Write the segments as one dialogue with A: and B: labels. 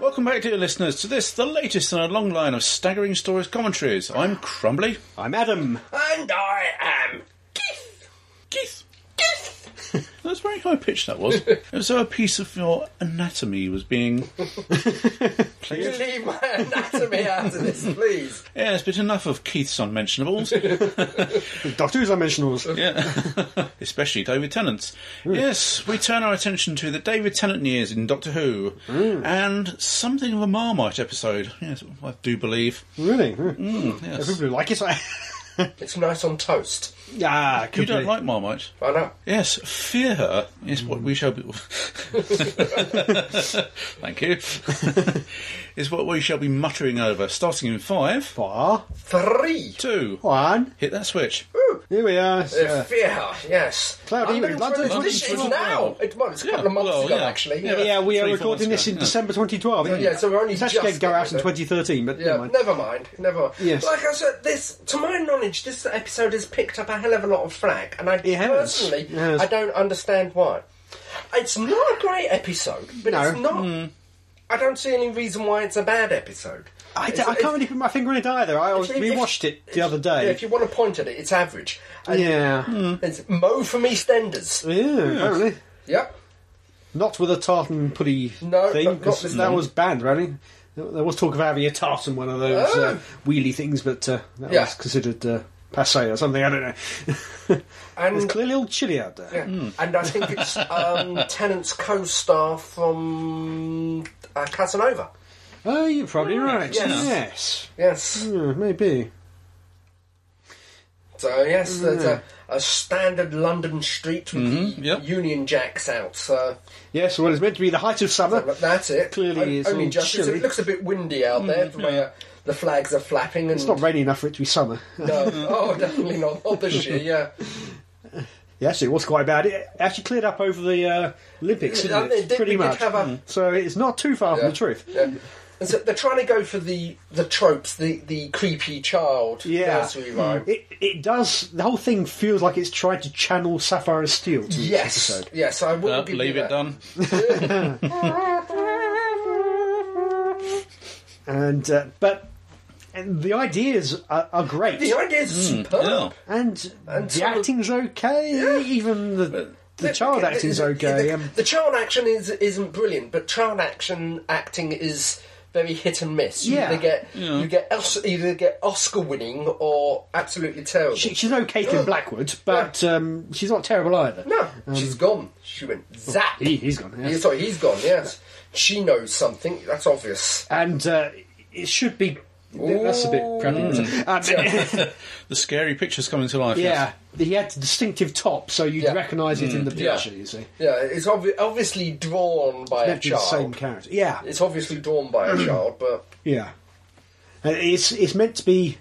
A: Welcome back, dear listeners, to this, the latest in a long line of staggering stories commentaries. I'm Crumbly.
B: I'm Adam.
C: And I am Keith.
A: Keith.
C: Keith.
A: That was very high pitched, that was. it was as though a piece of your anatomy was being.
C: Can you leave my anatomy out of this, please?
A: Yes, but enough of Keith's unmentionables.
B: Doctor Who's Unmentionables.
A: Yeah. Especially David Tennant's. Yes, we turn our attention to the David Tennant years in Doctor Who and something of a Marmite episode. Yes, I do believe.
B: Really?
C: Mm,
A: Yes.
B: People who like it.
C: It's nice on toast.
B: ah,
A: You don't like Marmite?
C: I know.
A: Yes, fear her is what we shall be. Thank you. is what we shall be muttering over, starting in five,
B: Bar.
C: Three.
A: two.
B: One.
A: Hit that switch.
B: Here we are.
C: Uh,
B: Yeah.
C: Fear, yes.
B: Cloud
C: London
B: Evening, London
C: Twins, This is
A: 2012.
C: now. It, well, it's a couple of months
A: well,
C: ago,
A: yeah.
C: actually.
A: Yeah,
B: yeah, we are
A: Three, four
B: recording
A: months
B: this
A: ago,
B: in
A: yeah.
B: December 2012. isn't
C: Yeah,
B: it?
C: so we're only
B: It's actually going
C: just
B: to go out in
C: getting there.
B: 2013, but
C: Yeah,
B: never mind.
C: never mind, never mind.
B: Yes.
C: Like I said, this, to my knowledge, this episode has picked up a hell of a lot of flack, and I
B: It has.
C: personally,
B: It has.
C: I don't understand why. It's not a great episode, but
B: No. Mm.
C: it's not. I don't see any reason why it's a bad episode.
B: I, d-
C: It's-
B: I can't really put my finger on it either. I was,
C: if-
B: we watched it the other
C: Yeah,
B: day.
C: if you Hmm. want to point at it, it's average. And Mm.
B: Yeah.
C: It's Mo from EastEnders.
B: Yeah, apparently.
C: Yep.
B: Not with a tartan putty
C: No,
B: thing,
C: not- not
B: 'cause
C: this
B: that
C: one.
B: was banned, really. There there was talk of having a tartan one of those
C: Oh.
B: uh, wheelie things, but uh, that
C: Yeah.
B: was considered uh, passe or something, I don't know.
C: And
B: it's Mm. clearly all chilly out there.
C: Yeah. And I think it's um, Tennant's co-star from uh, Casanova.
B: Oh, you're probably right.
C: yes.
B: Yes.
C: Yes.
B: Hmm, maybe.
C: So yes,
B: Mm-hmm.
C: there's a, a standard London street with the
A: yep.
C: Union Jacks out. So
B: Yes, well, it's meant to be the height of summer.
C: but that's it.
B: Clearly it's
C: only
B: all
C: just
B: chilly. Mm-hmm.
C: it looks a bit windy out there, the way uh, the flags are flapping and
B: It's not raining enough for it to be summer.
C: no, oh, definitely not. Not this year. Yeah,
B: yes, it was quite bad. It actually cleared up over the uh, Olympics,
C: Yeah,
B: didn't
C: they
B: it?
C: did- we
B: Pretty
C: did
B: much.
C: have a-
B: Hmm. So it's not too far
C: Yeah.
B: from the truth.
C: yeah. And so they're trying to go for the the tropes, the the creepy child
B: Yeah. Mm.
C: nursery rhyme.
B: It, it does. The whole thing feels like it's trying to channel Sapphire and Steel. To
C: Yes,
B: This episode.
C: yes, I will
A: Uh,
C: give
A: leave
C: you
A: it
C: that.
A: done.
B: And uh, but and the ideas are, are great,
C: The idea is
B: Mm.
C: superb.
A: Yeah.
B: and, the
C: some of-
B: acting's okay. Even the the child acting's
C: the-
B: okay.
C: The,
B: um,
C: the child action is isn't brilliant, but child action acting is very hit and miss. You
B: Yeah.
C: either get you get Os- either get Oscar winning or absolutely terrible.
B: she, she's okay in Blackwood, but um, she's not terrible either.
C: no, she's gone. She went zap.
B: Um, He, he's gone. yes.
C: Yeah, sorry, he's gone. Yes, she knows something. That's obvious.
B: and uh, it should be. That's a bit preppy. Um,
A: The scary pictures coming to life.
B: yeah, he had a distinctive top, so you'd
C: Yeah. Mm.
B: recognise it in the
C: Yeah.
B: picture. You see,
C: Yeah, it's obvi- obviously drawn by a
B: That'd be the
C: child.
B: same character. Yeah,
C: It's obviously drawn by a child, but
B: Yeah, and it's it's meant to be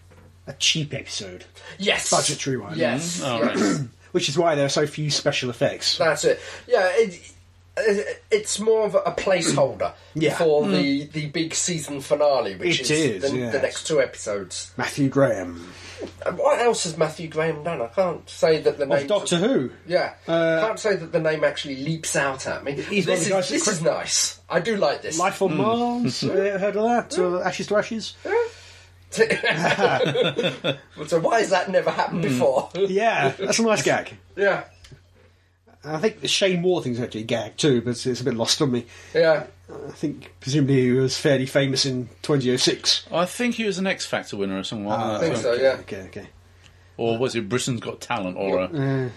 B: a cheap episode,
C: yes,
B: budgetary one.
C: Yes,
A: Yes. Mm-hmm. All
C: yes.
A: right.
B: which is why there are so few special effects.
C: That's it. Yeah, it, it, it's more of a placeholder
B: Yeah. Hmm.
C: for the, the big season finale, which
B: It
C: is,
B: is,
C: the,
B: yes.
C: the next two episodes.
B: Matthew Graham
C: And What else has Matthew Graham done? I can't say that the name
B: of Oh, Doctor Who.
C: Yeah,
B: Uh,
C: can't say that the name actually leaps out at me.
B: He's one of the
C: this is,
B: guys that
C: this
B: cri-
C: is nice. I do like this.
B: Life on Mars. Have you ever heard of that? Or Ashes to Ashes.
C: so why has that never
B: Hmm.
C: happened before?
B: Yeah, that's a nice gag.
C: yeah,
B: I think the Shane Moore thing's actually a gag too, but it's, it's a bit lost on me.
C: yeah.
B: I think presumably he was fairly famous in 2006.
A: I think he was an X Factor winner or something like
B: Ah,
A: that.
C: think so, yeah.
B: Okay, okay.
A: Or was it Britain's Got Talent or a.
B: Uh,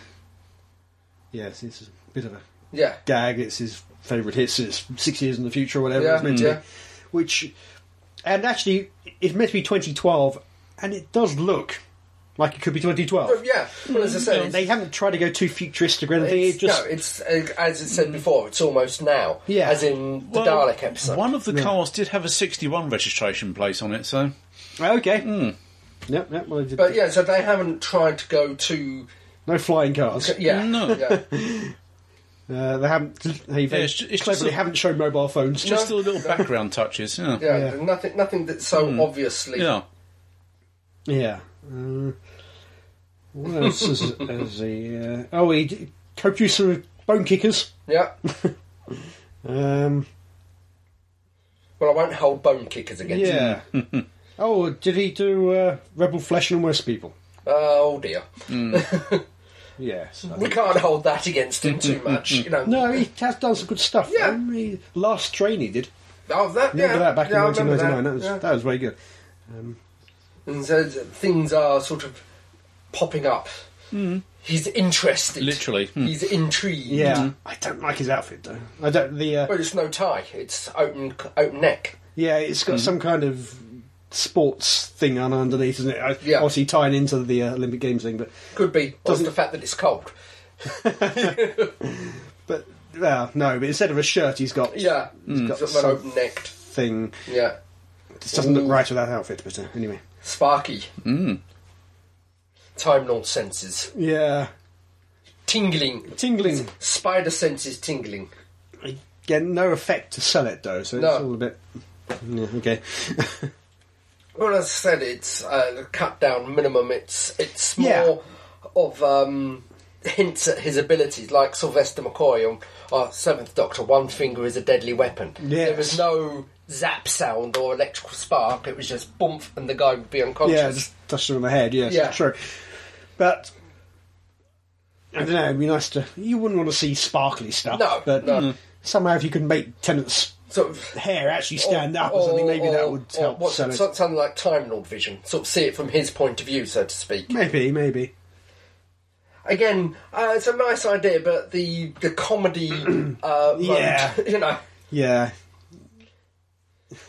B: yes, it's a bit of a
C: Yeah,
B: gag. It's his favourite hits. It's six years in the future or whatever
C: Yeah,
B: it's meant
C: yeah.
B: to be. Which, and actually, it's meant to be 2012, and it does look like it could be 2012.
C: yeah. Well, as I said, it's-
B: They haven't tried to go too futuristic or anything.
C: It's,
B: It just
C: no, it's uh, as it said before. It's almost now.
B: Yeah.
C: as in the
A: Well,
C: Dalek episode.
A: One of the cars did have a 61 registration place on it, so.
B: Oh, okay.
A: Hmm.
B: Yep, yep, well, they did-
C: But yeah, so they haven't tried to go too.
B: no flying cars.
C: Yeah,
A: No.
C: yeah.
B: Uh, they haven't. They
A: Yeah, it's ju- it's
B: cleverly
A: just a-
B: haven't shown mobile phones.
A: Just the little background touches, yeah.
C: Yeah,
B: Yeah. Hmm.
C: nothing, nothing that's so obviously.
A: Yeah.
B: Yeah. Uh, what else is, is he? Uh, oh, he d- co-producer of Bone Kickers.
C: yeah.
B: Um,
C: Well, I won't hold bone kickers against him.
B: Yeah. oh, did he do uh, Rebel Flesh and Worse People?
C: Oh dear.
B: Yes.
C: We can't hold that against him too much, you know.
B: No, he has done some good stuff.
C: Yeah.
B: Um, he- last Train he did.
C: Oh, that, yeah.
B: Remember that back
C: yeah, I
B: in
C: remember
B: 1999? That, was,
C: yeah.
B: that was very good.
C: And so th- things are sort of popping up.
B: Hmm.
C: He's interested.
A: Literally. Hmm.
C: He's intrigued.
B: Yeah. I don't like his outfit, though. Mm-hmm. I don't. The uh,
C: Well, it's no tie. It's open, open neck.
B: Yeah, it's got some kind of sports thing on underneath, isn't it? I-
C: Yeah.
B: Obviously tying into the uh, Olympic Games thing, but
C: Could be. Or
B: Doesn't-
C: the fact that it's cold.
B: but uh, no. But instead of a shirt, he's got
C: Yeah.
B: he's got
C: It's not
B: something.
C: open necked. Yeah.
B: It doesn't look right with that outfit, but uh, anyway.
C: Sparky.
B: Mm.
C: Time Lord senses.
B: Yeah,
C: Tingling.
B: tingling.
C: Spider senses tingling.
B: Again, no effect to sell it though, so
C: No.
B: it's all a bit. Yeah, okay.
C: Well, as I said, it's uh, cut down minimum. It's it's more
B: Yeah.
C: of um, hints at his abilities, like Sylvester McCoy on uh, Seventh Doctor. One finger is a deadly weapon. There was
B: Yes.
C: no zap sound or electrical spark. It was just bump, and the guy would be
B: yeah,
C: unconscious.
B: just touched her on the head. Yes,
C: Yeah.
B: yeah, true. But I don't know. It'd be nice to. You wouldn't want to see sparkly stuff.
C: No,
B: but
C: no.
B: mm, somehow if you can make tenants
C: sort of
B: hair actually stand up or something. Maybe that would
C: or
B: help
C: what-
B: sell it.
C: so- Something like Time Lord vision, sort of see it from his point of view, so to speak.
B: Maybe, maybe.
C: Again, uh, it's a nice idea, but the the comedy, uh,
B: Yeah.
C: mode, you know.
B: Yeah.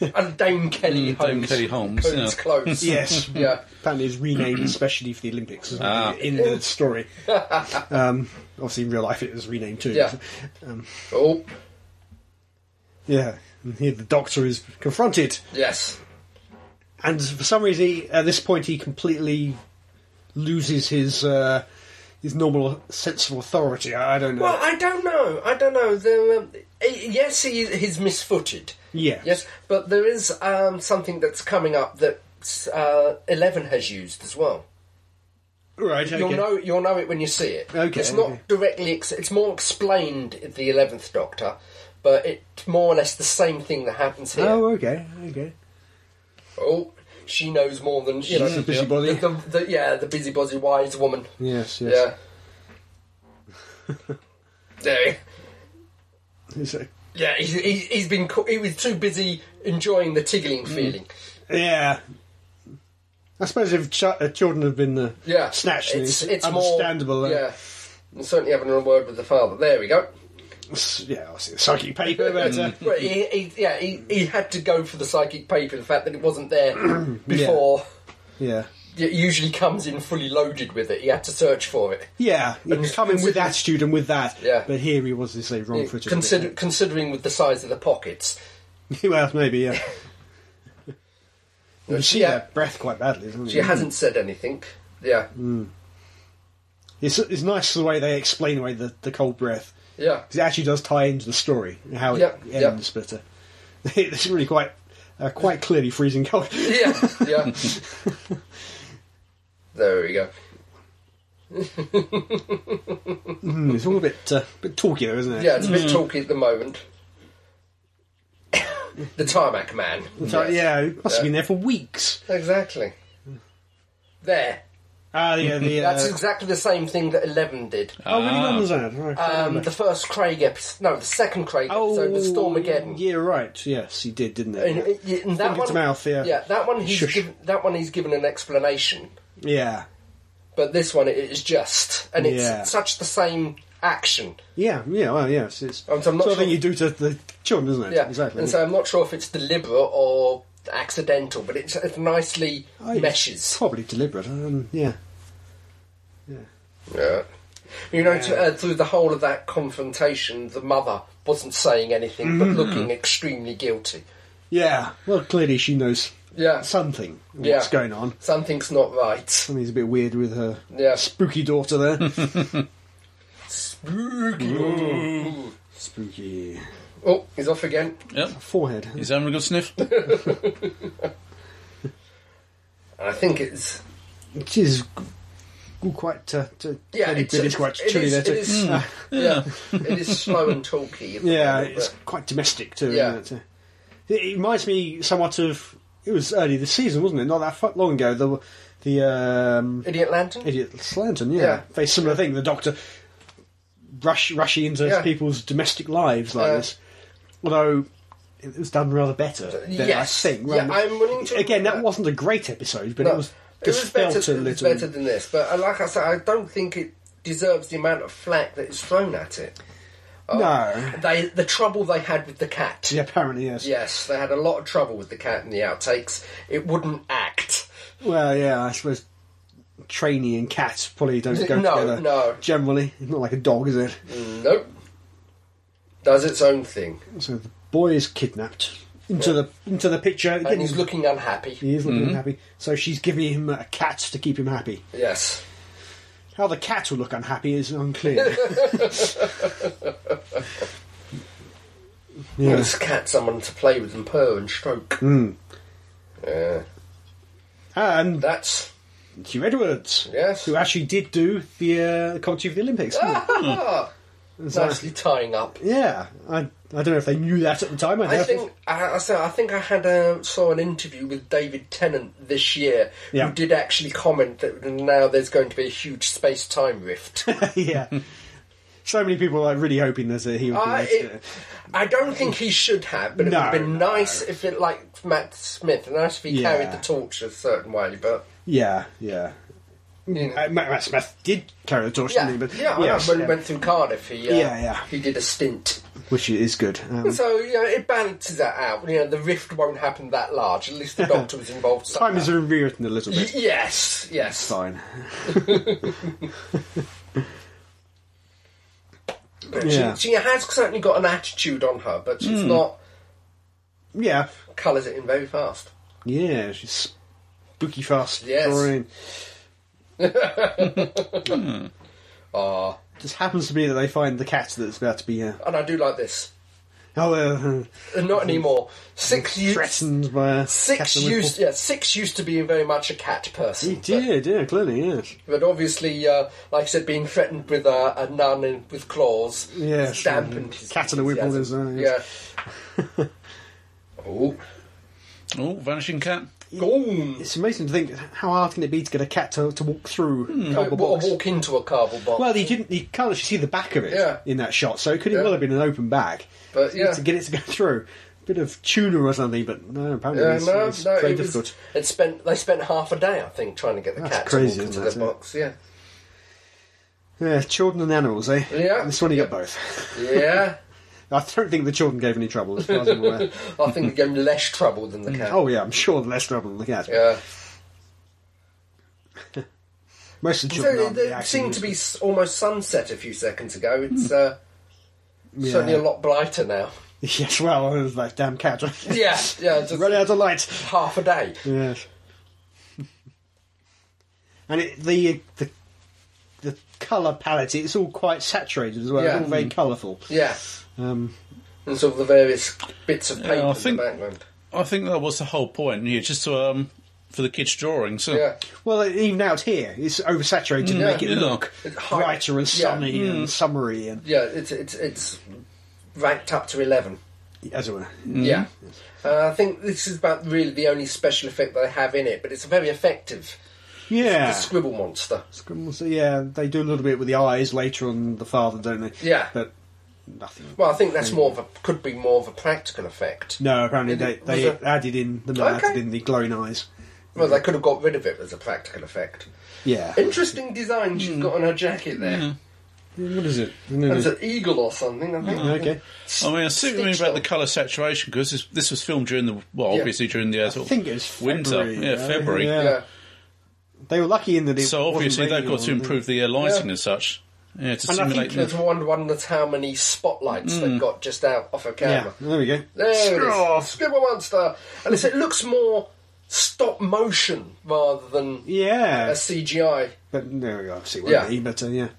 C: And Dame Kelly
A: Mm, Dame
C: Holmes.
A: Kelly Holmes,
C: Coons
A: yeah.
C: Close.
B: Yes.
C: yeah.
B: Apparently, it's renamed especially for the Olympics isn't it,
A: Ah.
B: in the story. um, obviously, in real life, it was renamed too.
C: Yeah.
B: Um,
C: Oh,
B: yeah. And here, the Doctor is confronted,
C: yes.
B: and for some reason, he, at this point, he completely loses his uh, his normal sense of authority. I, I don't know.
C: Well, I don't know. I don't know. The, um, eh, yes, he, he's misfooted.
B: yeah.
C: Yes, but there is um, something that's coming up that uh, Eleven has used as well.
B: Right. Okay.
C: You'll know. You'll know it when you see it.
B: Okay,
C: It's not
B: okay.
C: directly. Ex- it's more explained in the Eleventh Doctor, but it's more or less the same thing that happens here.
B: Oh, okay. Okay.
C: Oh, she knows more than you know.
B: She's a busybody.
C: The, the, the, yeah, the busybody wise woman.
B: Yes. Yes.
C: Yeah. there.
B: It's a-
C: Yeah, he's, he, he's been co- he was too busy enjoying the tiggling
B: Mm.
C: feeling.
B: Yeah. I suppose if ch- uh, children have been uh,
C: Yeah,
B: snatched, then it's,
C: more-
B: understandable. uh,
C: yeah, and certainly having a word with the father. There we go.
B: s- yeah, obviously the psychic paper, but uh,
C: Well, he, he, yeah, he, he had to go for the psychic paper. The fact that it wasn't there before
B: yeah,
C: it usually comes in fully loaded with it. He had to search for it.
B: yeah, you can come in with
C: consider-
B: attitude and with that.
C: Yeah.
B: but here he was, they say, wrong-footed. a bit.
C: Consider, considering with the size of the pockets.
B: well, maybe yeah. You can see
C: yeah.
B: her breath quite badly, isn't
C: She hasn't said anything. Yeah,
B: It's, it's nice the way they explain away the, the cold breath.
C: yeah.
B: 'Cause it actually does tie into the story how it
C: Yep, yep.
B: ends, but uh, it's really quite uh, quite clearly freezing cold.
C: yeah, yeah. there we go.
B: Mm, it's all a bit uh, bit talky though, isn't it?
C: Yeah, it's a bit talky at the moment. the tarmac man.
B: So,
C: Yes.
B: Yeah, it must
C: Yeah.
B: have been there for weeks.
C: Exactly. There.
B: Ah, yeah, the. Uh,
C: That's exactly the same thing that Eleven did.
B: oh, really? When was that? Right,
C: Um,
B: remember.
C: the first Craig episode, no, the second Craig episode was Stormageddon.
B: Oh. Yeah, right. Yes, he did, didn't
C: And,
B: he?
C: and- and that
B: Finger
C: one,
B: to mouth, yeah.
C: that one he's
B: Shush.
C: given, that one he's given an explanation,
B: Yeah,
C: but this one it is just, and it's
B: Yeah.
C: such the same action.
B: yeah, yeah. Well, yes, it's
C: Um, I'm- I'm not
B: sort of
C: sure-
B: thing you do to the children, isn't it?
C: Yeah,
B: exactly.
C: And so I'm not sure if it's deliberate or accidental, but it's, it nicely
B: Oh, it's
C: meshes.
B: Probably deliberate. Um, yeah,
C: Yeah. You know, to, uh, through the whole of that confrontation, the mother wasn't saying anything
B: Mm.
C: but looking extremely guilty.
B: yeah. Well, clearly she knows
C: Yeah.
B: something. What's
C: Yeah.
B: going on?
C: Something's not right.
B: Something's a bit weird with her
C: Yeah.
B: spooky daughter there.
C: Spooky.
B: spooky
C: Oh, he's off again.
A: Yep.
B: forehead.
A: He's having a good sniff.
C: I think it's.
B: It is g- all quite. Uh, t-
C: Yeah,
B: fairly
C: it's-
B: British,
C: it's-
B: quite
C: it
B: chilly
C: is-
B: there too.
C: it is-
B: Ah.
C: Yeah. it is slow and talky. at the
B: Yeah,
C: moment,
B: it's quite domestic too.
C: Yeah.
B: Isn't it? It it reminds me somewhat of it was early this season, wasn't it? Not that fu- long ago. The the um,
C: Idiot Lantern.
B: idiot Slanton, yeah,
C: Yeah.
B: very similar thing. The Doctor rush rushing into
C: Yeah.
B: people's domestic lives like
C: Yeah.
B: this, although it was done rather better. Than
C: Yes.
B: I think.
C: Yeah,
B: rather-
C: I'm willing to
B: Again, that
C: admit-
B: wasn't a great episode, but
C: No,
B: it was just
C: better,
B: felt a
C: it was
B: little.
C: better than this, but uh, like I said, I don't think it deserves the amount of flack that is thrown at it.
B: no,
C: They the trouble they had with the cat.
B: yeah, apparently yes.
C: Yes, they had a lot of trouble with the cat in the outtakes. It wouldn't act.
B: Well, yeah, I suppose trainee and cat probably don't go
C: No,
B: together.
C: no.
B: generally, it's not like a dog, is it?
C: Nope. Does its own thing,
B: So the boy is kidnapped into the into the picture.
C: and
B: Again,
C: he's looking unhappy.
B: he is looking unhappy. So she's giving him a cat to keep him happy.
C: Yes.
B: How the cat will look unhappy is unclear.
C: Yeah.
B: yeah. Hmm.
C: This cat, someone to play with and purr and stroke. Uh, Yeah.
B: And
C: That's
B: Hugh Edwards,
C: yes.
B: who actually did do the uh, commentary for the Olympics. didn't he?
C: Ah,
B: And so-
C: nicely tying up.
B: Hmm. yeah, I, I don't know if they knew that at the time. I,
C: I
B: doubt
C: think
B: it.
C: I, I said- I think I had a, saw an interview with David Tennant this year,
B: Yeah.
C: who did actually comment that now there's going to be a huge space time rift.
B: yeah. So many people are really hoping there's a he would be
C: I,
B: next year.
C: Ah, it, I don't think he should have, but it would have
B: No,
C: been
B: no.
C: nice if it, like Matt Smith, nice if he
B: Yeah.
C: carried the torch a certain way, but.
B: Yeah, yeah.
C: You know.
B: Uh, Matt, Matt Smith did carry the torch,
C: Yeah,
B: didn't he? But
C: yeah, I know,
B: yes,
C: when he
B: yeah.
C: went through Cardiff, he, uh,
B: Yeah, yeah.
C: he did a stint.
B: which is good. Um,
C: So, you know, it balances that out. You know, the rift won't happen that large. At least the Doctor was involved somehow.
B: time is rewritten a little
C: Y-
B: bit.
C: Yes, yes.
B: Fine.
C: But
B: Yeah. Hmm.
C: She, she has certainly got an attitude on her, but she's not
B: Yeah,
C: colours it in very fast.
B: yeah. She's spooky fast.
C: Yes.
B: drawing.
C: Ah,
B: Just happens to be that they find the cat that's about to be. Uh,
C: and I do like this.
B: oh, uh,
C: Uh, Not anymore. Six years.
B: threatened by a
C: Six
B: cat in a
C: used, yeah, six used to being very much a cat person.
B: He did, yeah, clearly, yes.
C: But, but obviously, uh, like I said, being threatened with uh, a nun and with claws,
B: Yeah, sure.
C: dampened his
B: Cat and a whipple is, uh,
C: enthusiasm.
B: yes.
C: Yeah. oh,
A: Oh, vanishing cat.
C: gone!
B: It's amazing to think how hard can it be to get a cat to, to walk through a
C: Or
B: cardboard box.
C: walk into Hmm. a cardboard box.
B: Well, he didn't. He can't actually see the back of it
C: Yeah.
B: in that shot, so it could it
C: Yeah.
B: well have been an open back.
C: But,
B: To-
C: yeah.
B: to get it to go through, bit of tuner or something. But no, apparently
C: Yeah,
B: it's,
C: no,
B: it's
C: no,
B: very
C: it was-
B: difficult.
C: it spent they spent half a day, I think, trying to get the
B: That's
C: cat
B: crazy,
C: to walk into
B: isn't
C: the
B: it?
C: box. Yeah,
B: Yeah, children and animals, eh?
C: Yeah.
B: This one you
C: Yeah.
B: got both.
C: yeah.
B: I don't think the children gave any trouble, as far as I'm aware.
C: I think it gave him less trouble than the cat.
B: oh yeah, I'm sure less trouble than the cat.
C: yeah.
B: Most of the children
C: So
B: aren't
C: there
B: reacting.
C: seemed to be s- almost sunset a few seconds ago. It's uh,
B: Hmm. Yeah.
C: certainly a lot brighter now.
B: Yes, well, it was that damn cat.
C: Yeah, yeah, just
B: Run out of light.
C: half a day.
B: Yes. and it, the the the colour palette, it's all quite saturated as well.
C: Yeah. Mm.
B: It's all very colourful.
C: Yeah,
B: Um,
C: and sort of the various bits of paper
A: I
C: in
A: think-
C: the background.
A: I think that was the whole point here, just to, um, for the kids' drawings. So.
C: Yeah,
B: well, even out here, it's oversaturated to
C: Yeah.
B: make it look
C: It's high-
B: brighter and
C: Mm. yeah. Mm.
B: sunny and summery and
C: yeah, it's it's it's ranked up to eleven.
B: as it were.
C: Yeah, uh, I think this is about really the only special effect they have in it, but it's very effective.
B: Yeah.
C: The scribble monster.
B: Scribbles, yeah, they do a little bit with the eyes later on the father, don't they?
C: Yeah.
B: But nothing.
C: Well, I think that's more of a could be more of a practical effect.
B: No, apparently they,
C: Did it-
B: they
C: was it-
B: added in the added
C: Okay.
B: in the glowing eyes.
C: Well, they could have got rid of it as a practical effect.
B: Yeah.
C: Interesting design she's got on her jacket there.
B: Mm-hmm. What is it?
C: There's an eagle or something. I think.
B: Oh, Okay.
A: I mean, I see what you mean
C: Stitched
A: about the
C: on.
A: colour saturation because this, this was filmed during the well,
C: Yeah.
A: obviously during the uh,
B: I
A: sort of
B: think it was February.
A: winter, yeah,
B: though.
A: February.
B: Yeah.
C: Yeah.
B: They were lucky in that it
A: So
B: wasn't
A: obviously they've
B: raining
A: got to
B: on-
A: improve the uh, lighting
C: Yeah.
A: and such, yeah, to
B: And I think
A: simulate.
C: There's
A: The,
C: one one that's how many spotlights they've got just out off her
B: Mm. Yeah,
C: camera.
B: there we go.
C: There it
B: Sure.
C: is. Scribble monster. And it's, it looks more stop motion rather than a
B: Yeah,
C: CGI.
B: but there we go. See what
C: Yeah.
B: I mean, but uh, yeah,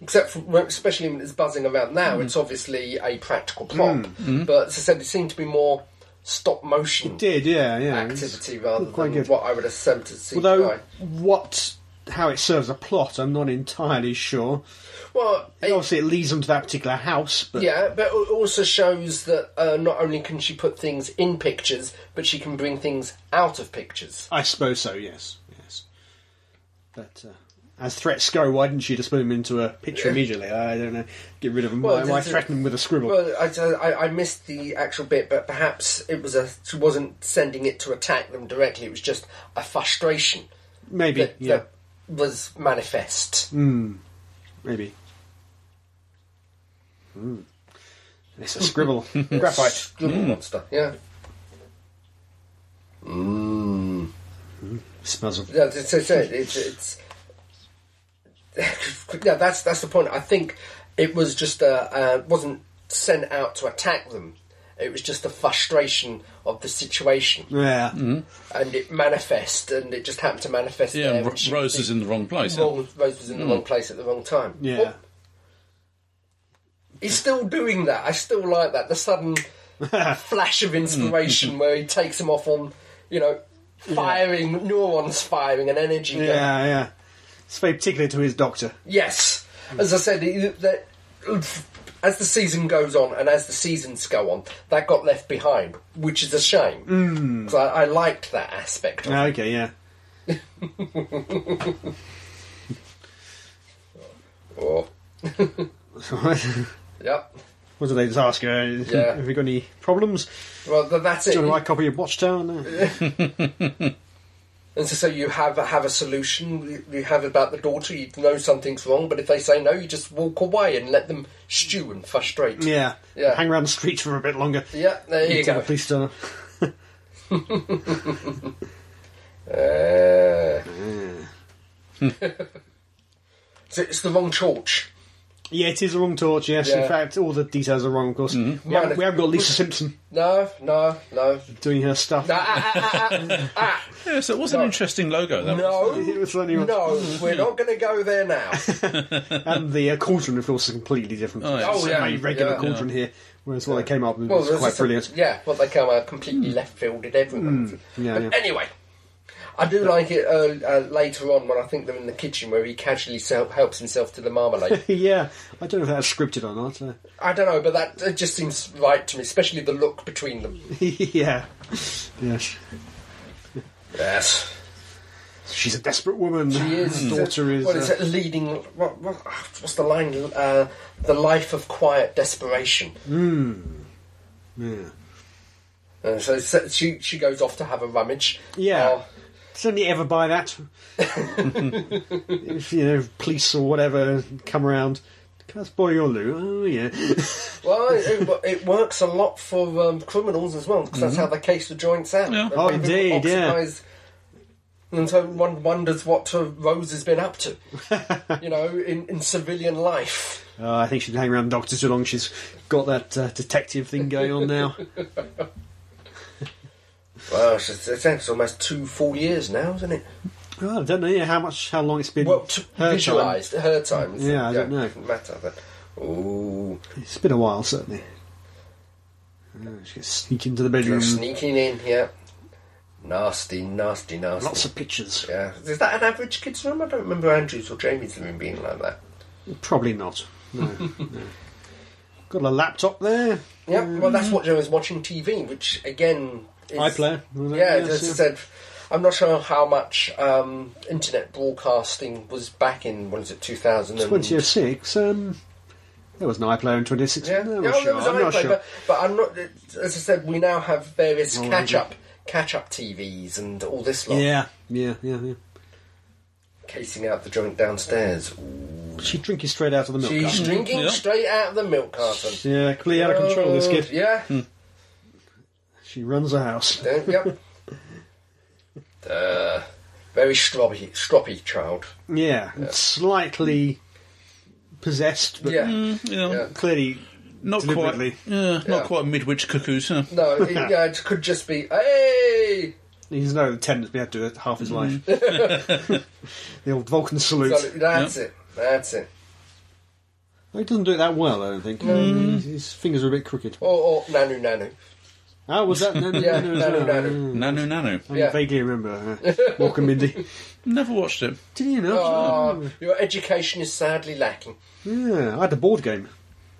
C: except for well, especially when it's buzzing around now,
B: Mm.
C: it's obviously a practical prop. But as I said, it seemed to be more stop motion
B: did yeah, yeah. It's
C: activity rather
B: quite
C: than
B: good.
C: what I would have sent to CGI.
B: Although what how it serves a plot, I'm not entirely sure.
C: Well,
B: And obviously, it leads them to that particular house, but
C: Yeah, but it also shows that uh, not only can she put things in pictures, but she can bring things out of pictures.
B: I suppose so. Yes, yes. But uh, as threats go, why didn't she just put him into a picture immediately? I don't know. Get rid of him.
C: Well,
B: why, why
C: there's a-
B: threaten him with a scribble?
C: Well, I, I, I missed the actual bit, but perhaps it was a she wasn't sending it to attack them directly. It was just a frustration
B: maybe.
C: that,
B: yeah. Mm.
C: that was manifest.
B: Maybe. Mm. It's a scribble. Graphite.
C: Scribble monster. Yeah,
B: Smells of.
C: yeah it's, it's, it's, it's- yeah, that's that's the point. I think it was just a uh, wasn't sent out to attack them. It was just a frustration of the situation.
B: Yeah.
C: and it manifest, and it just happened to manifest.
A: Yeah,
C: there,
A: and Ro-
C: which-
A: Rose is Hmm. in the wrong place.
C: wrong, Rose was in the wrong place at the wrong time.
B: Yeah.
C: Well, he's still doing that. I still like that. The sudden flash of inspiration where he takes him off on, you know, firing neurons, firing and energy.
B: Yeah,
C: going.
B: yeah. It's very particular to his doctor.
C: Yes, as I said, it- that as the season goes on and as the seasons go on, that got left behind, which is a shame. Mm. I, I liked that aspect. Of it.
B: Ah, Okay, yeah.
C: Oh,
B: what
C: yep.
B: do they just ask? her?
C: Yeah.
B: Have you got any problems?
C: Well, th- that's it.
B: Do you want to copy of Watchtower? No.
C: And so, so you have have a solution. you- You have about the daughter. You know something's wrong, but if they say no, you just walk away and let them stew and frustrate.
B: Yeah.
C: Yeah.
B: Hang around the streets for a bit longer.
C: Yeah, there you
B: Until
C: go.
B: The police turn up.
C: Uh, so it's the wrong torch.
B: Yeah, it is the wrong torch, yes.
C: Yeah. Mm-hmm.
B: In fact, all the details are wrong, of course. We, haven't, we haven't got Lisa Simpson
C: No, no, no.
B: doing her stuff.
C: Ah, ah, ah, ah, ah,
A: Yeah, so it was
C: No.
A: an interesting logo,
C: uh,
A: that was.
B: It
C: no,
B: was only
C: oh, no. We're not going to go there now.
B: And the uh, cauldron, of course, is completely different.
A: Oh, yeah.
B: It's
C: Oh,
B: a
C: yeah.
B: very regular
C: Yeah.
B: cauldron here, whereas what they came up with
C: Well,
B: was
C: this
B: quite
C: is a-
B: brilliant. Hmm.
C: yeah, well, they come out completely left fielded everyone.
B: yeah,
C: but
B: yeah.
C: anyway, I do like it uh, uh, later on when I think they're in the kitchen where he casually sel- helps himself to the marmalade.
B: yeah, I don't know if that's scripted or not. Uh,
C: I don't know, but that it just seems right to me, especially the look between them.
B: yeah. Yes.
C: Yes.
B: She's a desperate woman.
C: She is.
B: Her daughter is.
C: What is
B: uh,
C: it? Leading. What, what, what's the line? Uh, the life of quiet desperation.
B: yeah.
C: Uh, so, so she she goes off to have a rummage.
B: Yeah.
C: Uh,
B: Does anybody ever buy that? if, you know, police or whatever come around, can I spoil your loo? Oh, yeah.
C: Well, it, it works a lot for um, criminals as well because that's how they case the joints out.
A: Yeah.
C: They
B: Mm-hmm. Oh,
C: make people
B: indeed, yeah.
C: oxidise- And so one wonders what uh, Rose has been up to, you know, in, in civilian life.
B: Oh, I think she'd hang around the doctor too long. She's got that uh, detective thing going on now.
C: Well, it's, it's actually almost two full years now, isn't it?
B: Oh, I don't know yeah, how much, how long it's been.
C: Well, t-
B: her time.
C: visualised her time. is-
B: Yeah, I don't know.
C: Doesn't matter, but ooh,
B: It's been a while, certainly. Oh, she gets sneak into the bedroom.
C: sneaking in here, nasty, nasty, nasty.
B: Lots of pictures.
C: yeah, is that an average kid's room? I don't remember Andrew's or Jamie's room being like that.
B: Probably not. No. no. Got a laptop there.
C: Yeah, well, that's what Joe is watching TV, which again, is,
B: iPlayer. was it?
C: Yeah,
B: Yes,
C: as I said, I'm not sure how much um, internet broadcasting was back in. What is it, 2000?
B: 2006. Um, there was an iPlayer in 26.
C: Yeah,
B: No, I'm not
C: yeah there
B: sure.
C: was
B: I'm not
C: iPlayer,
B: sure.
C: but, but I'm not. As I said, we now have various
B: Oh,
C: catch-up, catch-up TVs and all this lot,
B: Yeah, yeah, yeah, yeah.
C: casing out the joint downstairs.
B: She'd drink you straight out of the milk.
C: She's
B: carton.
C: drinking
A: yeah.
C: straight out of the milk carton.
B: Yeah, completely out of control, this
C: Oh,
B: kid.
C: Yeah.
B: She runs the house.
C: Uh, yep. uh, very stroppy, stroppy child.
B: Yeah, slightly possessed, but
C: Yeah. Mm-hmm.
A: Mm, yeah.
C: Yeah.
B: clearly
A: Not
B: Deliberately.
A: quite. Yeah,
C: Yeah.
A: not quite midwich cuckoos. Huh?
C: No, it, yeah, it could just be, hey!
B: he's no attendant. We had to do it half his life.
C: Mm-hmm.
B: the old Vulcan salute.
C: So that's it. That's it.
B: He doesn't do it that well, I don't think. His- His fingers are a bit crooked.
C: Or, or Nanu Nanu.
B: Oh, was that Nanu
C: Oh. Yeah,
B: Nanu as
C: Nanu
B: well?
C: Nanu.
B: Mm.
A: Nanu Nanu.
B: I
C: Yeah.
B: vaguely remember uh, Walker Mindy.
A: Never watched it.
B: Did you know?
C: Ah, your education is sadly lacking.
B: Yeah, I had a board game.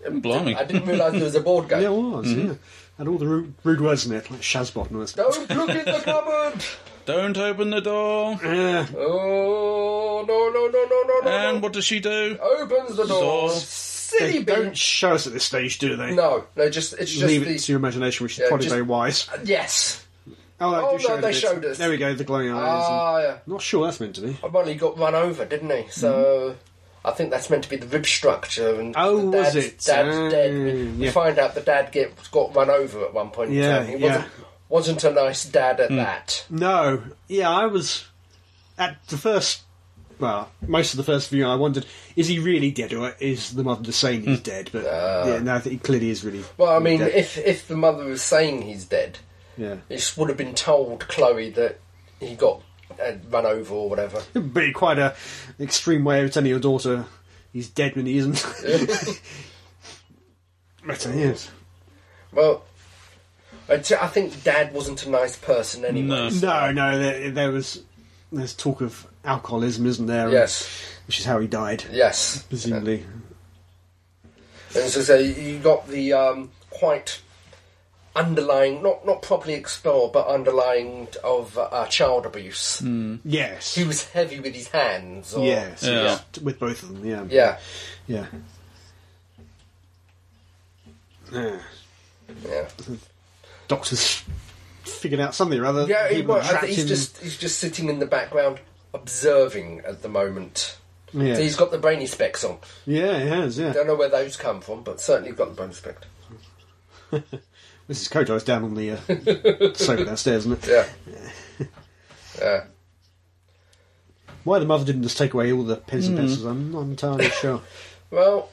A: Blimey.
C: I didn't realise there was a board game.
B: Yeah, it was.
C: Mm-hmm.
B: Yeah, had all the rude, rude words in it, like Shazbot and all that stuff.
C: Don't look in the cupboard!
A: Don't open the door.
B: Yeah,
C: Oh, no, no, no, no, no, no.
A: And
C: no.
A: what does she do?
C: Opens the door.
A: Sauce.
C: Silly
B: they don't
C: bitch.
B: show us at this stage, do they?
C: No, no, just, it's just
B: Leave
C: the.
B: it to your imagination, which is
C: Yeah,
B: probably
C: just-
B: very wise.
C: Yes.
B: Oh,
C: Oh,
B: they do show
C: no,
B: it a
C: they
B: bit.
C: showed us.
B: There we go, the glowing eyes. and-
C: Ah, yeah.
B: Not sure that's meant to be.
C: I've only got run over, didn't he? So. I think that's meant to be the rib structure, and
B: Oh,
C: the dad's,
B: was it?
C: Dad's
B: Ah,
C: dead. You
B: yeah.
C: find out the dad get got run over at one point. in
B: Yeah,
C: time. He
B: yeah. Hmm.
C: Wasn't, wasn't a nice dad at that.
B: No, yeah, I was at the first. Well, most of the first viewing, I wondered: is he really dead, or is the mother just saying he's dead? But yeah, no, I think he clearly is really.
C: Hmm. Ah. Well, I mean,
B: dead.
C: if if the mother was saying he's dead,
B: yeah,
C: it would have been told Chloe that he got uh, run over or whatever.
B: it would be quite a extreme way of telling your daughter he's dead when he isn't. but uh, yes,
C: Well, I t- I think Dad wasn't a nice person anyway.
A: No.
B: no, no, there, there was there's talk of alcoholism, isn't there?
C: Yes.
B: which is how he died,
C: Yes.
B: presumably.
C: And so, so you got the um, quite underlying, not not properly explored, but underlying of uh, child abuse.
B: Yes,
C: He was heavy with his hands. Or,
B: yes,
A: Yeah.
B: yes, with both of them. Yeah,
C: Yeah.
B: yeah. Yeah.
C: Yeah.
B: doctor's figured out something or other.
C: Yeah. He,
B: People
C: well, I think
B: trapped
C: he's
B: him.
C: just he's just sitting in the background observing at the moment.
B: yeah.
C: So he's got the brainy specs on.
B: yeah, he has. Yeah,
C: Don't know where those come from, but certainly got the brainy specs.
B: Mrs. Kojo's down on the uh, sofa downstairs, isn't it?
C: Yeah. yeah.
B: Why the mother didn't just take away all the pens and pencils? I'm not entirely sure.
C: Well,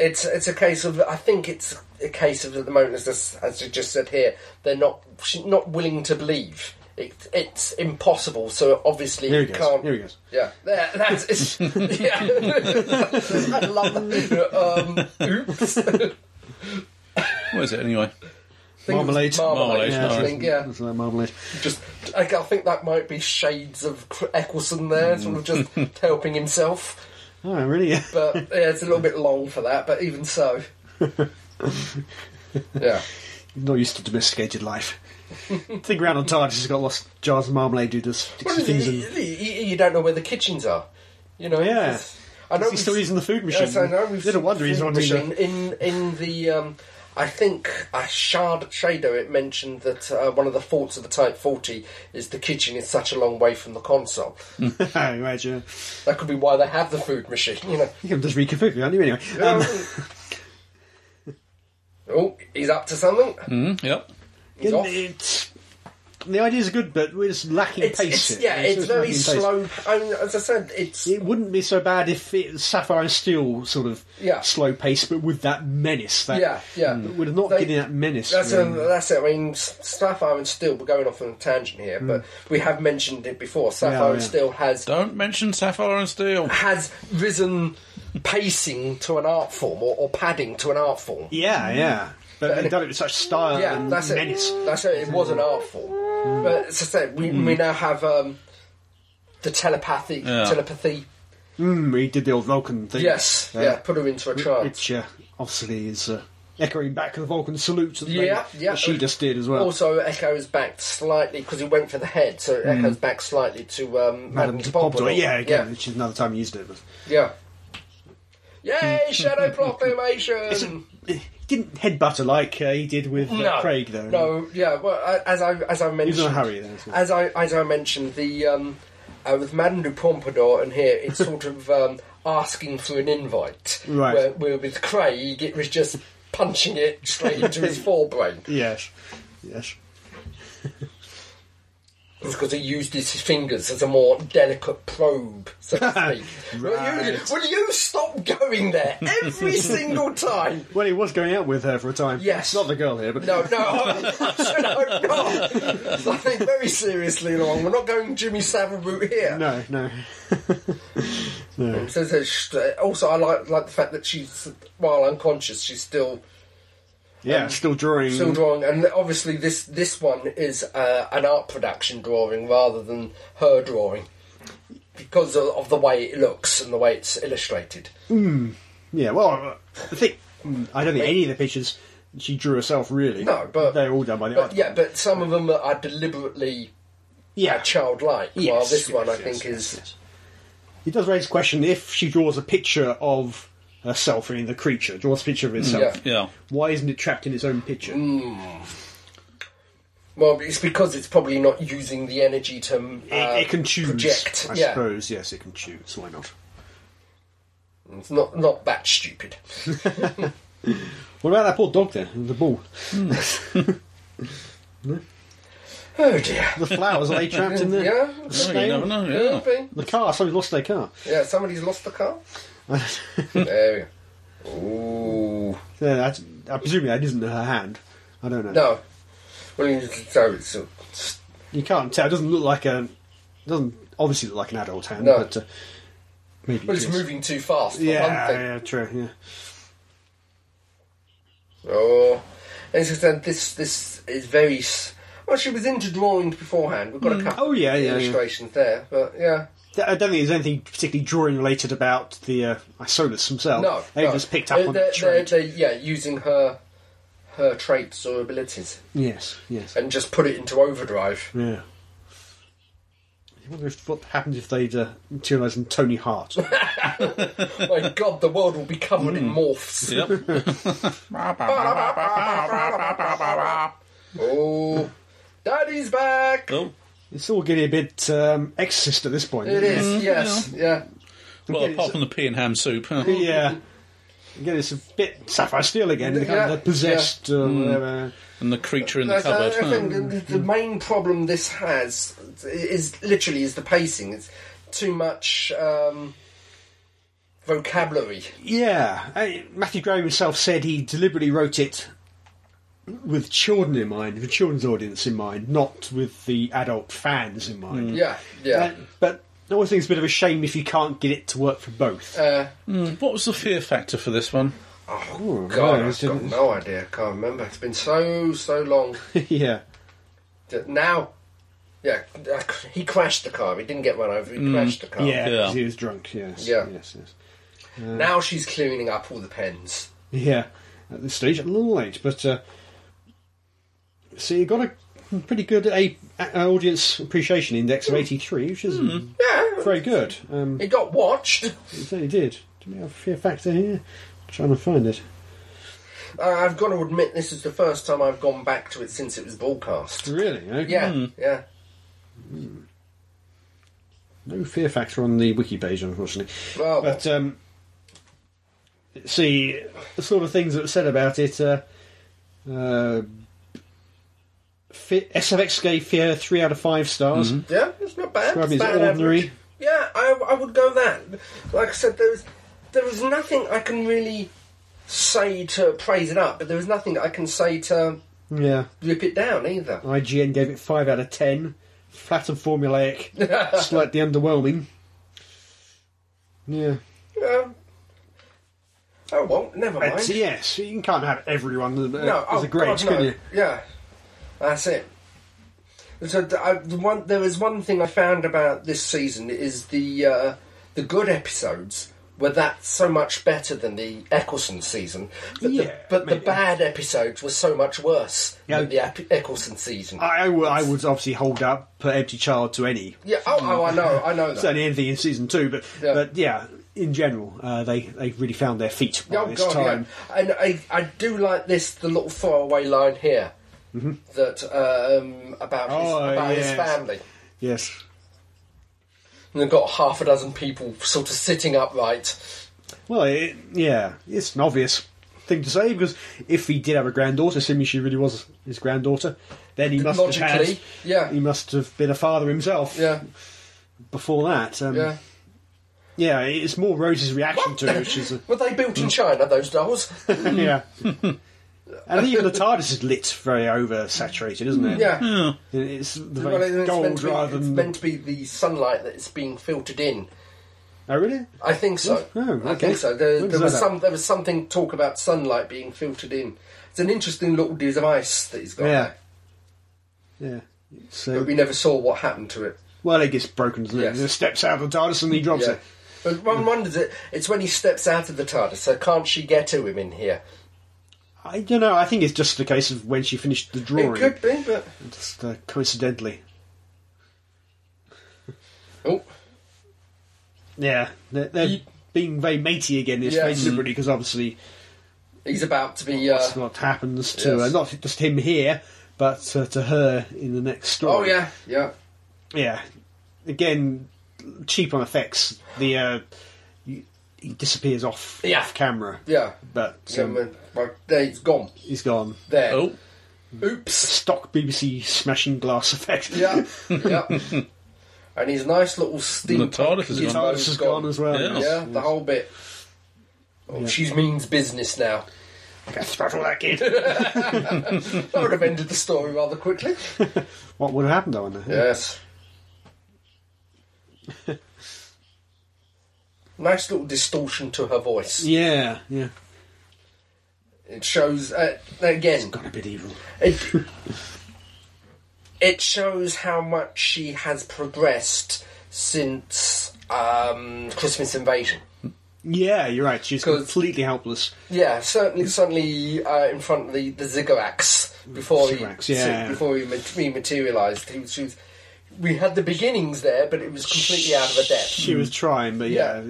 C: it's it's a case of I think it's a case of at the moment as this, as you just said here, they're not she's not willing to believe. It, it's impossible, so obviously
B: Here he
C: you
B: goes.
C: can't.
B: Here he goes.
C: Yeah, there, that's it's, yeah. I love that. Um, oops,
A: What is it anyway?
B: Marmalade.
C: Marmalade, marmalade,
A: Marmalade,
C: I
A: sorry.
C: think, yeah.
B: It's like marmalade.
C: Just, I, I think that might be shades of Cr- Eccleston there, sort of just helping himself.
B: Oh, really? Yeah.
C: but yeah, it's a little bit long for that. But even so, yeah,
B: He's not used to domesticated life. Think around on Tardis, he's got lots of jars of marmalade, who just sticks
C: well,
B: his
C: you,
B: things in.
C: you- you don't know where the kitchens are, you know.
B: Yeah.
C: it's- I know
B: He's still
C: we've-
B: using the food machine.
C: Yes, I know. We've
B: Little
C: seen
B: wonder
C: the
B: he's
C: food
B: wandering
C: machine in in the. Um, I think a shard shadow. It mentioned that uh, one of the faults of the Type Forty is the kitchen is such a long way from the console.
B: I imagine.
C: that could be why they have the food machine. You know.
B: You can just reconfigure, aren't you? Anyway. Um,
C: oh, he's up to something.
A: Mm, yep.
C: He's off.
B: It's, the ideas are good, but we're just lacking
C: It's,
B: pace.
C: it's
B: here.
C: yeah, it's
B: just
C: very
B: lacking pace.
C: slow. I mean, as I said, it's
B: It wouldn't be so bad if it, Sapphire and Steel sort of
C: Yeah.
B: slow pace, but with that menace. That,
C: Yeah, yeah.
B: that We're not
C: They-
B: getting that menace.
C: That's,
B: really.
C: a, uh, that's it. I mean, S- Sapphire and Steel, we're going off on a tangent here, but we have mentioned it before. Sapphire
B: Mm. Yeah,
C: and
B: yeah.
C: Steel has
A: Don't mention Sapphire and Steel.
C: has risen pacing to an art form or, or padding to an art form.
B: yeah, yeah. But they've done it with such style
C: Yeah,
B: and
C: that's
B: menace. Mm.
C: it. That's it. It was an art form. But as I said, we, we now have um, the telepathy.
A: Yeah.
C: Telepathy.
B: Mm, we did the old Vulcan thing.
C: Yes. Yeah.
B: Uh,
C: Put her into a trance.
B: Which uh, obviously is uh, echoing back the Vulcan salute that, they-
C: Yeah, yeah.
B: that she just did as well.
C: Also echoes back slightly because it went for the head, so it
B: Mm.
C: echoes back slightly to
B: Madame
C: um, Madame
B: de
C: de
B: Pompadour.
C: Pompadour.
B: Yeah, again, which is another time you used it.
C: Um,
B: But
C: Yeah. Yay, Shadow Proclamation!
B: he didn't headbutt her like uh, he did with uh,
C: no,
B: Craig, though.
C: No, yeah. Well, I- as I as I mentioned,
B: He's not Harry, though. so-
C: as I as I mentioned, the um, uh, with Madame de Pompadour and here, it's sort of um, asking for an invite.
B: Right.
C: Where, where with Craig, it was just punching it straight into his forebrain
B: Yes. Yes.
C: because he used his fingers as a more delicate probe, so to speak. will, you,
B: Right.
C: will you stop going there every single time?
B: Well, he was going out with her for a time.
C: Yes.
B: Not the girl here, but.
C: No, no, I should hope not. Something very seriously wrong. We're not going Jimmy Savile route here.
B: No, no. no.
C: So, so sh- also, I like like the fact that she's while unconscious, she's still
B: Yeah, still drawing.
C: Um, still drawing, and obviously this this one is uh, an art production drawing rather than her drawing because of, of the way it looks and the way it's illustrated.
B: yeah, well, I think mm, I don't think any of the pictures she drew herself really.
C: No, but
B: they're all done by the
C: but,
B: art.
C: Yeah, but some of them are deliberately uh,
B: yeah.
C: childlike,
B: Yes,
C: while this
B: yes,
C: one I
B: yes,
C: think
B: yes,
C: is
B: yes. It does raise the question if she draws a picture of herself, I mean the creature draws a picture of itself.
C: Hmm, Yeah. Hmm.
A: Yeah.
B: Why isn't it trapped in its own picture?
C: well, it's because it's probably not using the energy to um,
B: It, it can choose,
C: project.
B: I
C: yeah,
B: suppose. Yes, it can choose. Why not?
C: it's not not that stupid.
B: What about that poor dog then? The ball,
C: Oh dear.
B: the flowers are they trapped in there?
C: Yeah,
A: No, you never know.
C: yeah.
A: Yeah.
C: thing.
B: The car. Somebody lost their car.
C: Yeah, somebody's lost the car. there we go. Ooh.
B: Yeah, that's, I presume that isn't her hand. I don't know.
C: No. Well, you- so it's a,
B: You can't tell. It doesn't look like a. It doesn't obviously look like an adult hand,
C: No.
B: but uh, maybe.
C: well,
B: it
C: it's
B: is.
C: moving too fast for one
B: Yeah,
C: thing.
B: yeah, true. Yeah.
C: Oh, as I said, this this is very. s- Well, she was into drawing beforehand. We've got a couple
B: Oh, yeah,
C: of
B: yeah, yeah.
C: illustrations there, but yeah,
B: Th- I don't think there's anything particularly drawing related about the uh, Isolus themselves.
C: no,
B: they
C: no.
B: just picked up
C: They're-
B: on
C: they're-
B: that trait.
C: they're- yeah, using her her traits or abilities
B: Yes, yes,
C: and just put it into overdrive.
B: yeah. I wonder if, what happens if they'd uh, materialised in Tony Hart.
C: My God, the world will be covered
B: Mm.
C: in morphs.
A: Yep.
C: Oh, Daddy's back.
A: oh.
B: it's all getting a bit um, Exorcist at this point.
C: It
B: isn't
C: is, yes, yeah.
A: Well,
B: Okay,
A: apart
B: so-
A: from the pea and ham soup. huh?
B: Yeah. Again, it's a bit Sapphire Steel again.
C: Yeah,
B: the kind of possessed or whatever.
A: And the creature in the
C: That's-
A: cupboard.
C: I think
A: huh?
C: the, the main problem this has is literally is the pacing. It's too much um, vocabulary.
B: Yeah, I, Matthew Graham himself said he deliberately wrote it with children in mind, with children's audience in mind, not with the adult fans in mind.
C: Yeah, yeah.
B: Uh, but I always think it's a bit of a shame if you can't get it to work for both.
C: Uh,
A: What was the fear factor for this one?
B: Oh,
C: God,
B: no,
C: I've
B: it's
C: got
B: just-
C: no idea. Can't remember. It's been so so long.
B: yeah,
C: that now, yeah, uh, he crashed the car. He didn't get run over. He crashed the car.
B: Mm, yeah, 'cause
A: Yeah.
B: he was drunk. Yes,
C: Yeah.
B: yes, yes.
C: Now she's cleaning up all the pens.
B: Yeah, at this stage, a little late, but uh, so you got a pretty good a, a- audience appreciation index of eighty three, which is
C: Hmm. Yeah,
B: very good. Um,
C: he got watched.
B: it certainly did. Do we have a fear factor here? trying to find it.
C: Uh, I've got to admit, this is the first time I've gone back to it since it was broadcast.
B: Really? Hmm. Okay.
C: Yeah, yeah.
B: No fear factor on the wiki page, unfortunately.
C: Well,
B: But um, see, the sort of things that were said about it. Uh, uh, fe- SFX gave Fear three out of five stars.
C: Yeah, it's not Mm-hmm. bad.
B: Scrub
C: It's
B: is
C: about
B: ordinary.
C: average. Yeah, I, I would go that. Like I said, there was there was nothing I can really say to praise it up, but there was nothing I can say to
B: Yeah,
C: rip it down either.
B: IGN gave it five out of ten. Flat and formulaic, slightly underwhelming. Yeah.
C: Yeah. Oh well, never mind.
B: It's- yes, you can't have everyone as
C: No,
B: as
C: oh,
B: a grade,
C: God,
B: can
C: no.
B: you?
C: Yeah, that's it. So th- I, the one, there was one thing I found about this season is the uh, the good episodes were that so much better than the Eccleston season, but,
B: Yeah,
C: the, but the
B: maybe.
C: bad episodes were so much worse than the Ep- Eccleston season.
B: I, I, would, I would obviously hold up uh, Empty Child to any
C: yeah, oh, oh, I know, I know that.
B: certainly anything in season two, but
C: Yeah.
B: but yeah, in general, uh, they they really found their feet by
C: Oh
B: this
C: God,
B: time.
C: yeah. And I, I do like this the little throwaway line here that um, about his,
B: Mm-hmm. Oh,
C: about his
B: yes.
C: family.
B: Yes,
C: And they've got half a dozen people sort of sitting upright.
B: well, it, yeah, it's an obvious thing to say because if he did have a granddaughter, assuming she really was his granddaughter, then he must have
C: Logically,
B: had,
C: yeah.
B: he must have been a father himself
C: Yeah,
B: before that. Um,
C: yeah.
B: yeah, it's more Rose's reaction to it, which is a,
C: Were they built in China, those dolls?
B: yeah. And even the TARDIS is lit very oversaturated, isn't it?
C: Yeah.
B: It's the
C: Well,
B: very
C: it's, meant
B: gold
C: to be,
B: rather
C: it's
B: than.
C: meant to be the sunlight that is being filtered in.
B: Oh, really?
C: I think so.
B: Oh,
C: I
B: okay.
C: think so. There,
B: What
C: there
B: is
C: was
B: that?
C: some. There was something talk about sunlight being filtered in. It's an interesting little device that he's got.
B: Yeah.
C: there.
B: Yeah.
C: But
B: So,
C: we never saw what happened to it.
B: well, it gets broken, doesn't it?
C: Yes.
B: It steps out of the TARDIS and he drops
C: Yeah.
B: it.
C: But one wonders it. It's when he steps out of the TARDIS. So can't she get to him in here?
B: I don't know. I think it's just a case of when she finished the
C: It
B: drawing.
C: could be, but
B: Just uh, coincidentally.
C: oh,
B: Yeah. They're, they're
C: Ye-
B: being very matey again, this
C: Yes.
B: very deliberately, because obviously
C: he's about to be. Uh,
B: that's what happens to
C: Yes.
B: uh, not just him here, but uh, to her in the next
C: oh
B: story.
C: yeah, yeah.
B: yeah, again, cheap on effects. The uh, he he disappears off
C: Yeah.
B: off camera,
C: Yeah.
B: but
C: So,
B: um,
C: well, there, he's gone.
B: he's gone.
C: There.
A: Oh,
C: Oops.
B: Stock BBC smashing glass effect.
C: Yeah. yeah. And his nice little steam.
A: TARDIS is
B: the
A: He's
B: TARDIS is gone, as well.
A: Yeah.
C: Yeah, the whole bit. Oh, She means business now.
B: Like, throttle that kid.
C: That would have ended the story rather quickly.
B: what would have happened? I wonder.
C: Yes. nice little distortion to her voice.
B: Yeah, yeah.
C: It shows uh, again.
B: Got a bit evil.
C: It, it shows how much she has progressed since um, Christmas Invasion.
B: Yeah, you're right. She's
C: 'Cause-
B: completely helpless.
C: Yeah, certainly, certainly uh, in front of the the ziggurats before
B: Ziggurats,
C: he
B: yeah.
C: before he mat- he materialised. He was, she was, we had the beginnings there, but it was completely out of her depth.
B: She was trying, but yeah,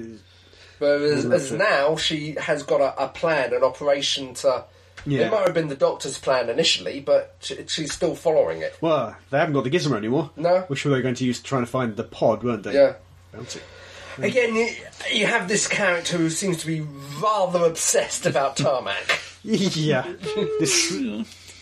C: Whereas
B: Mm,
C: as
B: that's it.
C: now she has got a, a plan, an operation to.
B: Yeah.
C: It might have been the doctor's plan initially, but she, she's still following it.
B: Well, they haven't got the gizmo anymore.
C: No.
B: Which were they going to use trying to find the pod, weren't they?
C: Yeah.
B: Bouncy.
C: Again, you, you have this character who seems to be rather obsessed about tarmac.
B: yeah. this,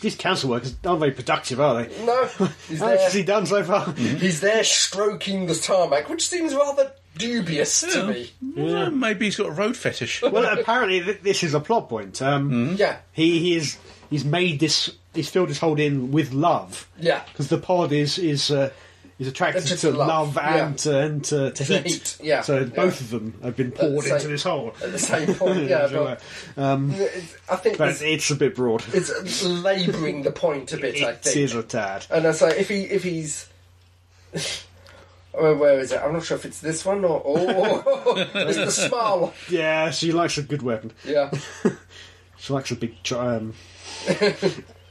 B: these council workers aren't very productive, are they?
C: no,
B: How much
C: he's there. Mm-hmm.
B: has he done so far?
C: He's there stroking the tarmac, which seems rather dubious to me.
A: Well, maybe he's got a road fetish.
B: well, apparently th- this is a plot point. Um,
C: Yeah,
B: He he is he's made this he's filled his hold in with love.
C: Yeah.
B: because the pod is is uh, is attracted
C: Attracted
B: to
C: to love,
B: love, and to, and to, to
C: To
B: heat.
C: heat, yeah,
B: So
C: yeah.
B: both of them have been poured
C: same-
B: into this hole.
C: at the same point, yeah. but
B: um,
C: it's- I think
B: but
C: it's,
B: it's a bit broad.
C: it's labouring the point a bit. I
B: It
C: think,
B: is a tad.
C: and I say if he if he's. Where, where is it? I'm not sure if it's this one or, or, or it's the smile.
B: Yeah, she likes a good weapon.
C: Yeah.
B: She likes a big tr- um,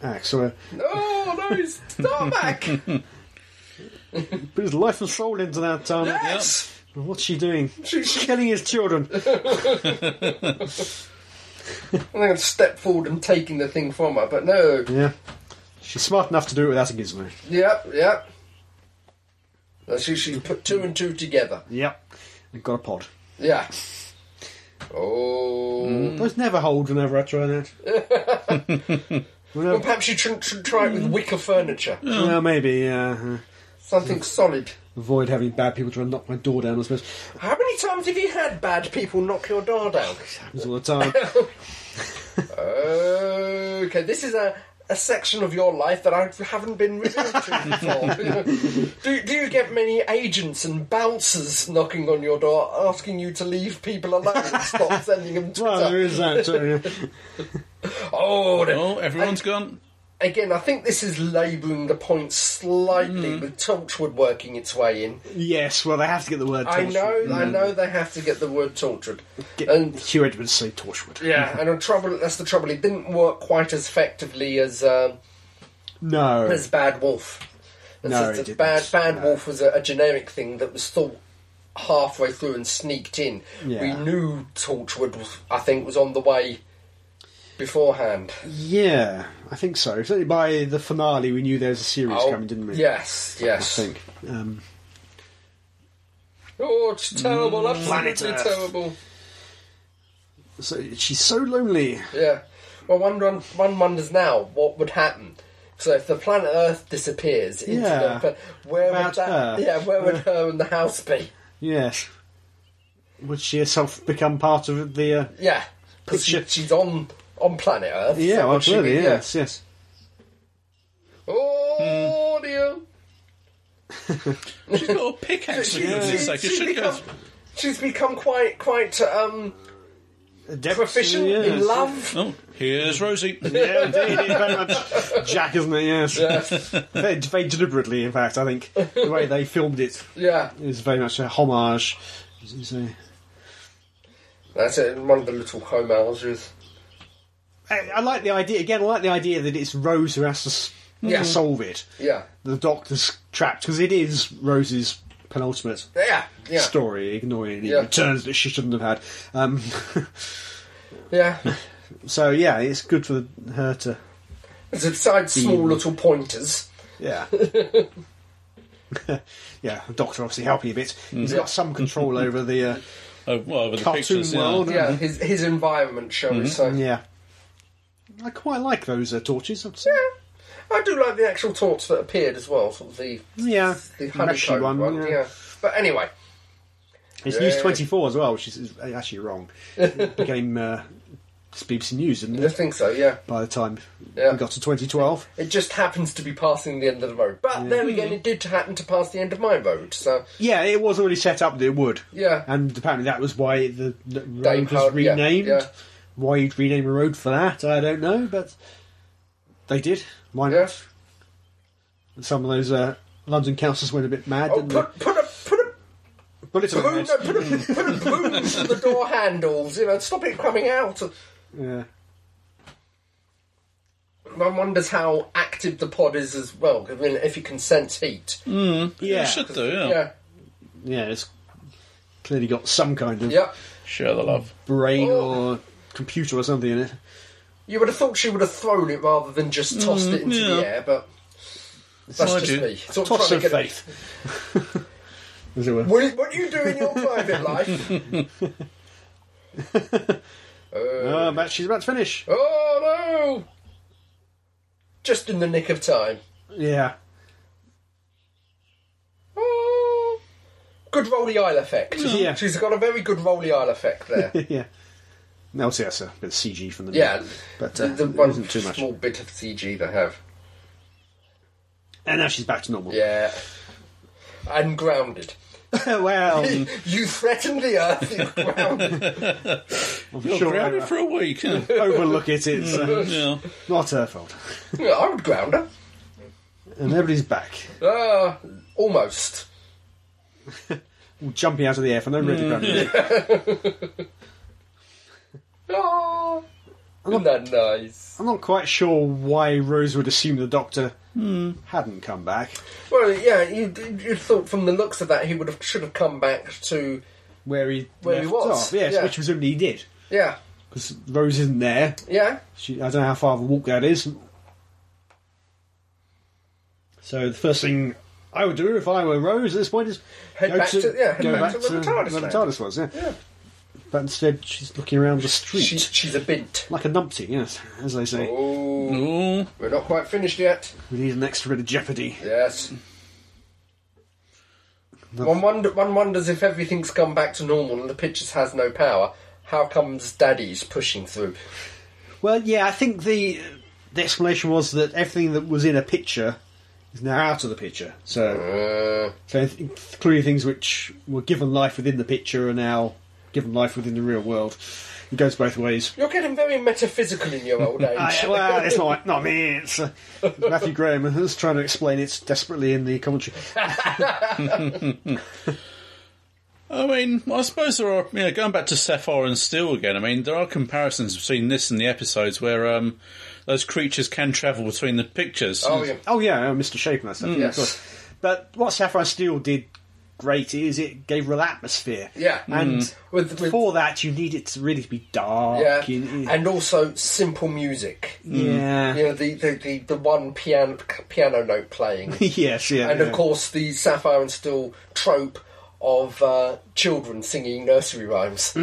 B: axe. uh, Or a,
C: Oh no, it's tarmac.
B: put his life and soul into that. Um,
C: Yes.
B: What's she doing? She's killing his children.
C: I'm going to step forward and taking the thing from her, but no.
B: Yeah. She's smart enough to do it without a gizmo.
C: Yep, yep. No, She, she put two and two together.
B: Yep. And got a pod.
C: Yeah. Oh.
B: Those never hold whenever I try that.
C: Well,
B: well,
C: perhaps you should tr- try it with wicker furniture.
B: well, maybe. Uh, uh,
C: Something solid.
B: avoid having bad people try to knock my door down, I suppose.
C: How many times have you had bad people knock your door down?
B: Happens all the time.
C: okay, this is a, a section of your life that I haven't been revealed to before. do, do you get many agents and bouncers knocking on your door asking you to leave people alone and stop sending them Twitter?
B: well, there is that. uh, too, yeah.
C: Oh, the-
A: Oh, everyone's gone.
C: again, I think this is labouring the point slightly with Torchwood working its way in.
B: Yes, well, they have to get the word
C: I
B: Torchwood.
C: know, I know they have to get the word Torchwood.
B: Get
C: And
B: Hugh Edwards say Torchwood.
C: yeah, and on trouble, that's the trouble. It didn't work quite as effectively as um,
B: No.
C: as Bad Wolf. It's
B: No,
C: just
B: it
C: a
B: didn't.
C: Bad Bad
B: No.
C: Wolf was a, a generic thing that was thought halfway through and sneaked in.
B: Yeah.
C: We knew Torchwood, was, I think, was on the way beforehand.
B: Yeah, I think so. Certainly by the finale, we knew there was a series
C: Oh,
B: coming, didn't we?
C: Yes, yes.
B: I think. Um,
C: Oh, it's terrible!
B: Mm. Planet
C: absolutely
B: Earth.
C: terrible.
B: so she's so lonely.
C: Yeah. Well, one, one, one wonders now what would happen. So if the planet Earth disappears, into
B: Yeah.
C: the, where would
B: About
C: that?
B: her.
C: Yeah, where would her and the house be?
B: Yes. Would she herself become part of the. Uh,
C: Yeah, 'Cause she,
B: Picture-
C: she's on on planet Earth.
B: yeah,
C: so
B: well,
C: would she be-
B: absolutely, yes, yes.
C: yeah. Oh dear.
A: She's got a pickaxe for goodness sake. It
C: she's
A: should
C: become,
A: go.
C: she's become quite quite um,
B: Adept,
C: Proficient
B: yes.
C: in love.
A: Oh, here's Rosie.
B: Yeah, indeed, it's very much Jack, isn't it? Yes. very, very deliberately, in fact, I think the way they filmed it
C: Yeah,
B: is very much a homage. as you say.
C: that's it. One of the little homages.
B: I, I like the idea again. I like the idea that it's Rose who has to s-
C: Yeah.
B: solve it.
C: Yeah,
B: The Doctor's trapped because it is Rose's penultimate
C: yeah, yeah,
B: story, ignoring any
C: Yeah.
B: returns that she shouldn't have had. Um,
C: yeah.
B: so yeah, it's good for her to
C: It's aside small little pointers.
B: Yeah. yeah, the doctor obviously helping a bit. He's
C: Mm.
B: got some control over the uh,
A: Oh, well, with the
B: cartoon
A: pictures, yeah.
B: world.
C: Yeah, his his environment, shall we say?
B: Yeah. I quite like those uh, torches. I'd say.
C: I do like the actual torts that appeared as well, sort of the
B: Yeah.
C: the
B: Meshy
C: honeycomb one. yeah. but anyway,
B: It's
C: Yeah.
B: News 24 as well, which is, is actually wrong. It became uh, it's BBC News, didn't
C: I
B: it?
C: think so. Yeah,
B: By the time
C: Yeah.
B: we got to 2012.
C: it just happens to be passing the end of the road. But then again, it did happen to pass the end of my road. So
B: Yeah, it was already set up that it would.
C: yeah,
B: And apparently that was why the, the road
C: Dave
B: was
C: Howard, yeah,
B: renamed.
C: yeah.
B: Why you'd rename a road for that, I don't know, but they did. Why not?
C: yeah.
B: some of those uh, London councillors went a bit mad,
C: Oh,
B: didn't
C: put put a put a
B: they? But it's all
C: Put
B: right.
C: a, put, a, put a broom to the door handles, you know, stop it coming out.
B: Yeah.
C: One wonders how active the pod is as well, I mean, if you can sense heat.
A: You
B: Yeah.
A: should do, yeah.
C: Yeah,
B: yeah, it's clearly got some kind of
C: yeah.
A: Share the love.
B: brain
C: Oh.
B: or computer or something in it.
C: You would have thought she would have thrown it rather than just
B: Mm,
C: tossed it into
A: yeah.
C: the air, but that's
A: my
C: just
A: dude.
C: me. Sort of
B: Toss
C: trying
B: of
C: to get it-
B: faith. As it were.
C: What, do- what do you do in your private life? Uh,
B: Uh, but she's about to finish.
C: oh no! Just in the nick of time.
B: Yeah.
C: Oh. Good Rolly Isle effect.
B: Yeah.
C: She's got a very good Rolly Isle effect there.
B: yeah. No, see, that's a bit of CG from the
C: Yeah,
B: But
C: the,
B: uh,
C: the
B: it
C: one
B: isn't too much.
C: small bit of CG they have.
B: And now she's back to normal.
C: Yeah, and grounded.
B: well, I'm
C: you threaten the earth. You grounded.
A: You're
B: sure
A: grounded
B: I
A: for a week. yeah.
B: overlook it. It's uh,
A: yeah.
B: not her fault.
C: Yeah, I would ground her.
B: And everybody's back.
C: Uh, almost.
B: All jumping out of the air for no
C: Mm.
B: really apparent reason.
C: Ah, isn't that nice?
B: I'm not quite sure why Rose would assume the Doctor hadn't come back.
C: Well, yeah, you you thought from the looks of that he would have should have come back to
B: Where he
C: Where he
B: left
C: was,
B: off. yes,
C: yeah.
B: which presumably he did,
C: yeah
B: because Rose isn't there.
C: yeah
B: She, I don't know how far of a walk that is. So the first thing I would do if I were Rose at this point is
C: Head
B: go
C: back to- yeah, head
B: go
C: back
B: back
C: to where the TARDIS
B: where the
C: landed.
B: TARDIS was. Yeah.
C: Yeah.
B: but instead she's looking around the street
C: she, she's a bint.
B: like a numpty. Yes, as they say,
C: Oh,
A: Ooh.
C: we're not quite finished yet.
B: we need an extra bit of jeopardy.
C: Yes. One, wonder, one wonders if everything's gone back to normal and the pictures has no power. How comes Daddy's pushing through?
B: Well, yeah, I think the the explanation was that everything that was in a picture is now out of the picture. So,
C: Uh,
B: so th- clearly, things which were given life within the picture are now given life within the real world. It goes both ways.
C: you're getting very metaphysical in your old age.
B: I, well, it's not not me. It's uh, Matthew Graham who's trying to explain it desperately in the commentary.
A: I mean, I suppose there are, you know, going back to Sapphire and Steel again, I mean, there are comparisons between this and the episodes where um, those creatures can travel between the pictures.
C: oh, yeah.
B: Oh yeah, oh, Mr. Shape and that stuff. yeah,
C: yes.
B: of course. But what Sapphire Steel did great is it gave real atmosphere.
C: Yeah.
B: And
C: With, with,
B: for that, you need it to really be dark.
C: yeah.
B: you need-
C: And also simple music.
B: Yeah.
C: You know, the, the, the, the one piano, piano note playing.
B: yes, yeah.
C: and of
B: yeah.
C: course, the Sapphire and Steel trope of uh, children singing nursery rhymes.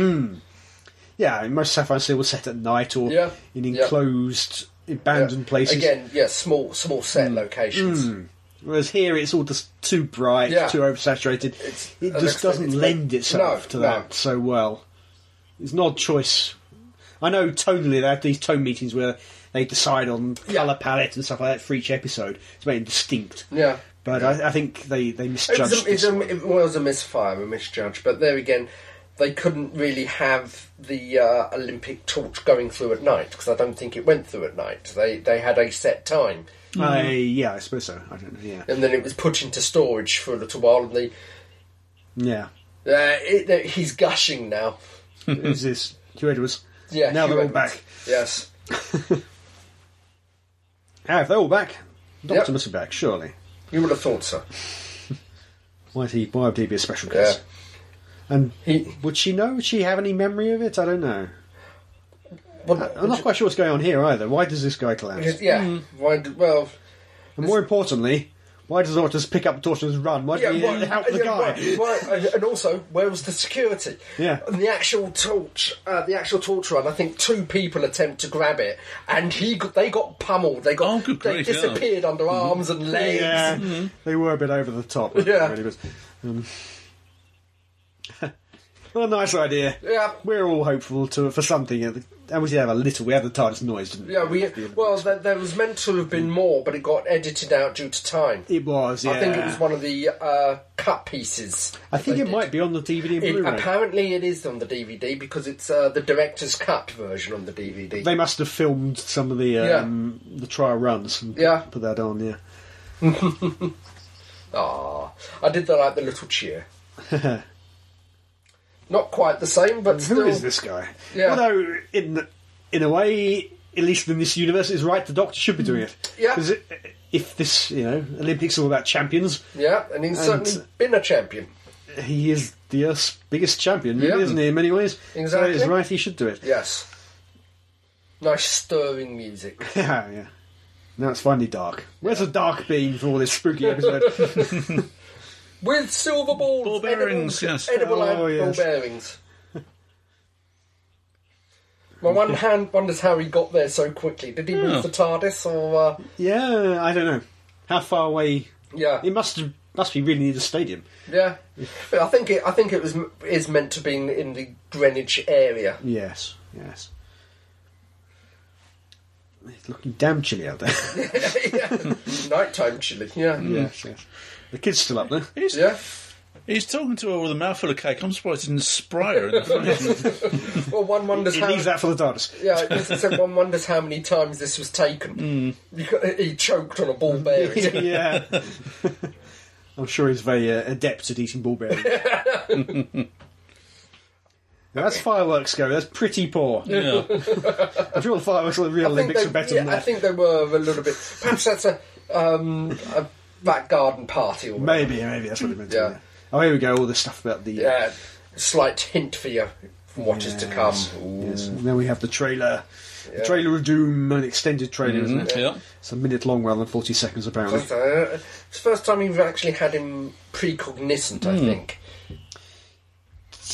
B: Yeah, I mean, most sapphire steel was set at night or
C: Yeah,
B: in
C: yeah.
B: enclosed, abandoned places. Mm.
C: Again, yeah, small small set locations.
B: Whereas here it's all just too bright,
C: Yeah.
B: too oversaturated.
C: It's
B: it
C: an
B: just
C: expe-
B: doesn't
C: it's-
B: lend itself
C: No,
B: to
C: no.
B: that so well. It's an odd choice. I know tonally they have these tone meetings where they decide on
C: Yeah.
B: colour palette and stuff like that for each episode to make it distinct.
C: Yeah.
B: But I, I think they, they
C: It
B: misjudged
C: was, a,
B: this
C: it's a,
B: one.
C: it was a misfire, a misjudge, but there again, they couldn't really have the uh, Olympic torch going through at night because I don't think it went through at night. They they had a set time,
B: I yeah, I suppose so. I don't know. Yeah,
C: and then it was put into storage for a little while. And they,
B: yeah.
C: uh, it, they- he's gushing now.
B: Is this Hugh Edwards?
C: Yeah,
B: Now
C: Hugh
B: they're all
C: Edwards.
B: back.
C: Yes,
B: Ah, if they're all back, Doctor
C: Yep.
B: must be back. Surely.
C: you would have thought so.
B: Why would he? Why would he be a special guest? And
C: He-
B: would she know? Would she have any memory of it? I don't know.
C: Well,
B: I'm not quite sure what's going on here either. Why does this guy collapse?
C: yeah. Why? d well,
B: And more importantly, why does Ortis pick up the torch and run? Why
C: yeah.
B: did he
C: why-
B: help the
C: yeah,
B: guy?
C: why- why- and also, where was the security?
B: Yeah.
C: And the actual torch, uh, the actual torch run. I think two people attempt to grab it, and he got, they got pummeled. They got
A: Oh, good
C: they
A: grief, yeah.
C: disappeared under arms and legs.
B: Mm-hmm. Yeah, they were a bit over the top.
C: Yeah.
B: really, but, um, well, nice idea.
C: Yeah.
B: We're all hopeful to for something, and we did have a little. We had the TARDIS noise, didn't we?
C: Yeah, we well, there, there was meant to have been more, but it got edited out due to time.
B: It was. Yeah,
C: I think it was one of the uh, cut pieces.
B: I think
C: they
B: it might
C: did.
B: be on the DVD and
C: It-
B: Blu-ray.
C: apparently, it is on the DVD because it's uh, the director's cut version on the DVD.
B: they must have filmed some of the um, the trial runs. And
C: Yeah.
B: put that on. Yeah,
C: Ah, I did that like the little cheer. Not quite the same, but still.
B: who is this guy?
C: Yeah.
B: Although in in a way, at least in this universe, it's right. The Doctor should be doing it.
C: Mm. Yeah.
B: 'Cause it- if this you know Olympics are all about champions,
C: Yeah, and he's
B: And-
C: certainly been a champion.
B: he is the Earth's biggest champion,
C: Yeah.
B: isn't he? In many ways,
C: Exactly.
B: So it's right he should do it.
C: Yes. Nice stirring music.
B: Yeah, yeah. Now it's finally dark. Where's the dark beam for all this spooky episode?
C: With silver balls.
A: Ball bearings,
C: edible,
A: yes.
C: Edible
B: Oh,
C: and
B: yes.
C: ball bearings. My one hand wonders how he got there so quickly. Did he
A: Yeah.
B: Oh.
C: move the TARDIS or. Uh,
B: yeah, I don't know how far away.
C: yeah.
B: It must have, must be really near the stadium.
C: Yeah. I think it, I think it was is meant to be in, in the Greenwich area.
B: Yes, yes. It's looking damn chilly out there.
C: yeah. Nighttime chilly. Yeah.
B: yes, yes. The kid's still up there.
A: He's,
C: Yeah.
A: he's talking to her with a mouthful of cake. I'm surprised he didn't spray her in the face.
C: Well, one wonders
B: He
C: how.
B: leaves that for the TARDIS.
C: Yeah, it just said one wonders how many times this was taken.
B: Mm.
C: You got- he choked on a ball bearing.
B: yeah. I'm sure he's very uh, adept at eating ball bearings. Now, That's fireworks go. That's pretty poor.
A: Yeah.
B: I'm sure the fireworks at the real Olympics
C: they,
B: are better
C: yeah,
B: than
C: I
B: that.
C: think they were a little bit. Perhaps that's a, um, a back garden party or whatever.
B: Maybe, maybe that's what it meant.
C: Yeah.
B: Yeah. Oh, here we go. All this stuff about the.
C: Yeah, slight hint for you from what is to come.
B: Yes, yes. And then we have the trailer, the trailer of doom, an extended trailer, isn't it?
A: yeah.
B: It's a minute long rather than forty seconds, apparently.
C: That's, uh, Mm-hmm. it's the first time we've actually had him precognizant,
B: Hmm.
C: I think.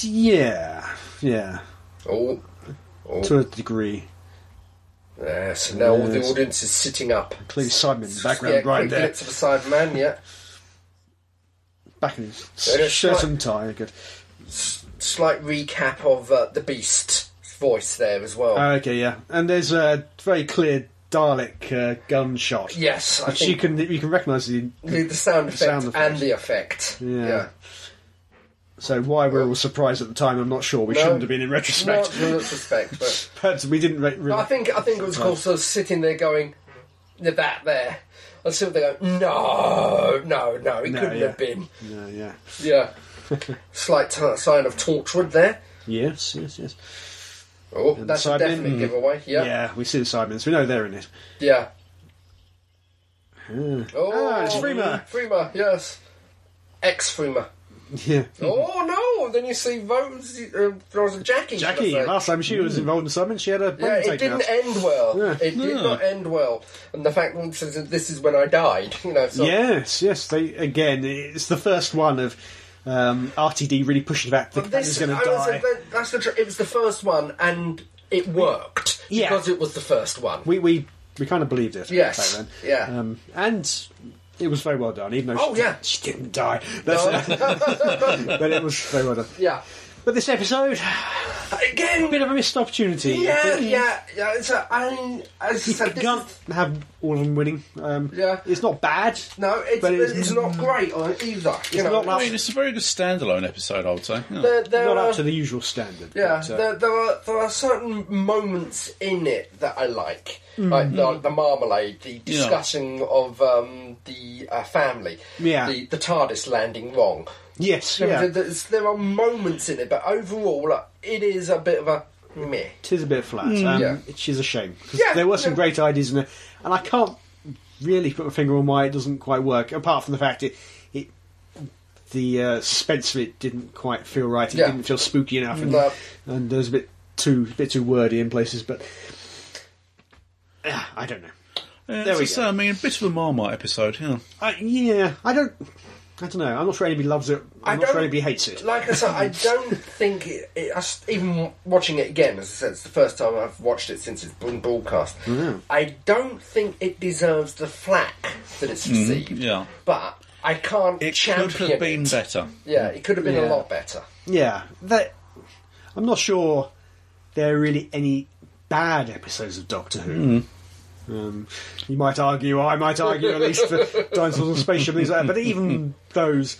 B: Yeah, yeah,
C: Oh,
B: to a degree.
C: yeah, uh, so now all the
B: Yes.
C: audience is sitting up.
B: Clearly, Simon in the background,
C: yeah,
B: right
C: quick
B: there,
C: glimpse of a side man, yeah.
B: back in his
C: it's
B: shirt
C: like-
B: and tie. Good.
C: Slight recap of uh, the Beast's voice there as well.
B: Oh, okay, yeah, and there's a very clear Dalek uh, gunshot.
C: yes, I
B: which you
C: think
B: can you can recognise the.
C: the, the sound effect
B: sound effect.
C: and the effect.
B: Yeah.
C: yeah.
B: So why we were all surprised at the time, I'm not sure. We
C: No.
B: shouldn't have been in retrospect.
C: Not, not suspect, but
B: Perhaps we didn't. Re-
C: I
B: re-
C: think I think it was also sitting there going, "The that there." I see what they go. No, no, no. It
B: No,
C: couldn't
B: yeah.
C: have been.
B: no, yeah.
C: Yeah. Slight t- sign of torchwood there.
B: Yes, yes, yes.
C: Oh,
B: the
C: that's a
B: side bin?
C: definite
B: Mm.
C: giveaway. Yeah. Yeah.
B: Yeah, we see the Simons. We know they're in it.
C: Oh,
B: Ah, it's Freema.
C: Freema, yes. Ex Freema.
B: Yeah.
C: Oh no! Then you see Rose, uh, Rose Jackie. should I
B: Jackie,
C: say.
B: last time she was involved in Simon, she had a
C: Hmm. Yeah,
B: bone
C: it
B: taken
C: didn't
B: out.
C: end well.
B: Yeah.
C: It did not end well, and the fact that says that this is when I died, you know. So,
B: Yes, yes. They again. It's the first one of um, RTD really pushing back. The
C: But
B: cat is
C: this,
B: going
C: I
B: to
C: was-
B: die.
C: that- that's the. Tr- it was the first one, and it worked
B: Yeah.
C: because it was the first one.
B: We we we kind of believed it.
C: Yes,
B: Back then.
C: yeah.
B: Um, and it was very well done, even though
C: Oh,
B: she,
C: yeah.
B: she didn't die. That's
C: No.
B: but it uh, was very well done.
C: yeah,
B: But this episode,
C: Again,
B: a bit of a missed opportunity.
C: yeah,
B: But
C: yeah, yeah. So I mean, as I
B: You
C: said, this
B: can't
C: is-
B: have all of them winning. Um,
C: Yeah.
B: It's not bad.
C: no, it's,
B: But
C: it's,
B: it's-
C: not great on either. You know,
B: not
A: I
B: like-
A: mean, it's a very good standalone episode, I would say. Yeah.
C: there, there
B: Not
C: are,
B: up to the usual standard.
C: yeah,
B: but, uh,
C: there, there are there are certain moments in it that I like, like the, the marmalade, the discussing of um, the uh, family,
B: Yeah.
C: the, the TARDIS landing wrong.
B: yes,
C: There-
B: yeah.
C: there's- there are moments in it, but overall, like, it is a bit of a meh.
B: It is a bit flat, um,
C: Mm. Yeah.
B: which is a shame because
C: Yeah,
B: there were some
C: yeah.
B: great ideas in there, and I can't really put my finger on why it doesn't quite work. Apart from the fact it, it the uh, suspense of it didn't quite feel right. It
C: Yeah.
B: didn't feel spooky enough, and,
C: No.
B: and there was a bit too bit too wordy in places. But Ah, I don't know.
A: Yeah,
B: there
A: as
B: we
A: I say,
B: go.
A: I mean, a bit of a Marmite episode, yeah.
B: I, yeah, I don't. I don't know. I'm not sure anybody loves it. I'm
C: I
B: not sure
C: don't-
B: anybody hates it.
C: Like I said, I don't think it, it, I s- even watching it again. As I said, it's the first time I've watched it since it's been broadcast.
B: Mm-hmm.
C: I don't think it deserves the flack that it's received.
A: Mm-hmm. yeah.
C: but I can't
A: It
C: champion
A: could have been
C: it.
A: better.
C: Yeah, it could have been a
B: Yeah.
C: lot better.
B: Yeah, that I'm not sure there are really any bad episodes of Doctor
C: Hmm.
B: Who. Um, you might argue, I might argue at least for dinosaurs and spaceship and things like that. But
C: Hmm.
B: even those,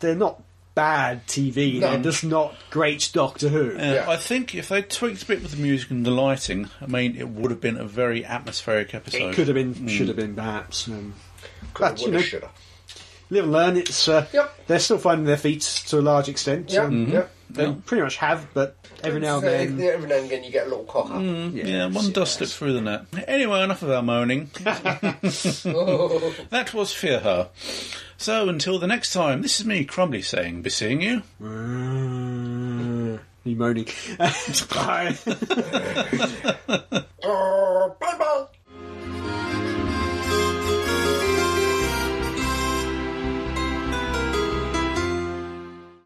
B: they're not bad TV.
C: No. Uh,
B: They're just not great Doctor Who.
A: Yeah,
C: Yeah.
A: Uh, I think if they tweaked a bit with the music and the lighting, I mean, it would have been a very atmospheric episode.
B: It could have been,
C: hmm.
B: should have been, perhaps. Um,
C: Could
B: but,
C: have,
B: you
C: would
B: know,
C: have, should have.
B: live and learn. It's uh,
C: Yep. Mm-hmm.
B: they're still finding their feet to a large extent.
C: Yeah,
A: Mm-hmm.
B: Um,
C: yeah.
B: They
A: Yeah.
B: pretty much have, but every now and
C: So,
B: then,
C: every now and again, you get a little cock up.
A: yeah, one does slip through the net. Anyway, enough of our moaning. that was Fear Her. So until the next time, this is me, Crumbly, saying, be seeing you.
B: you moaning. Bye.
C: Oh, bye bye.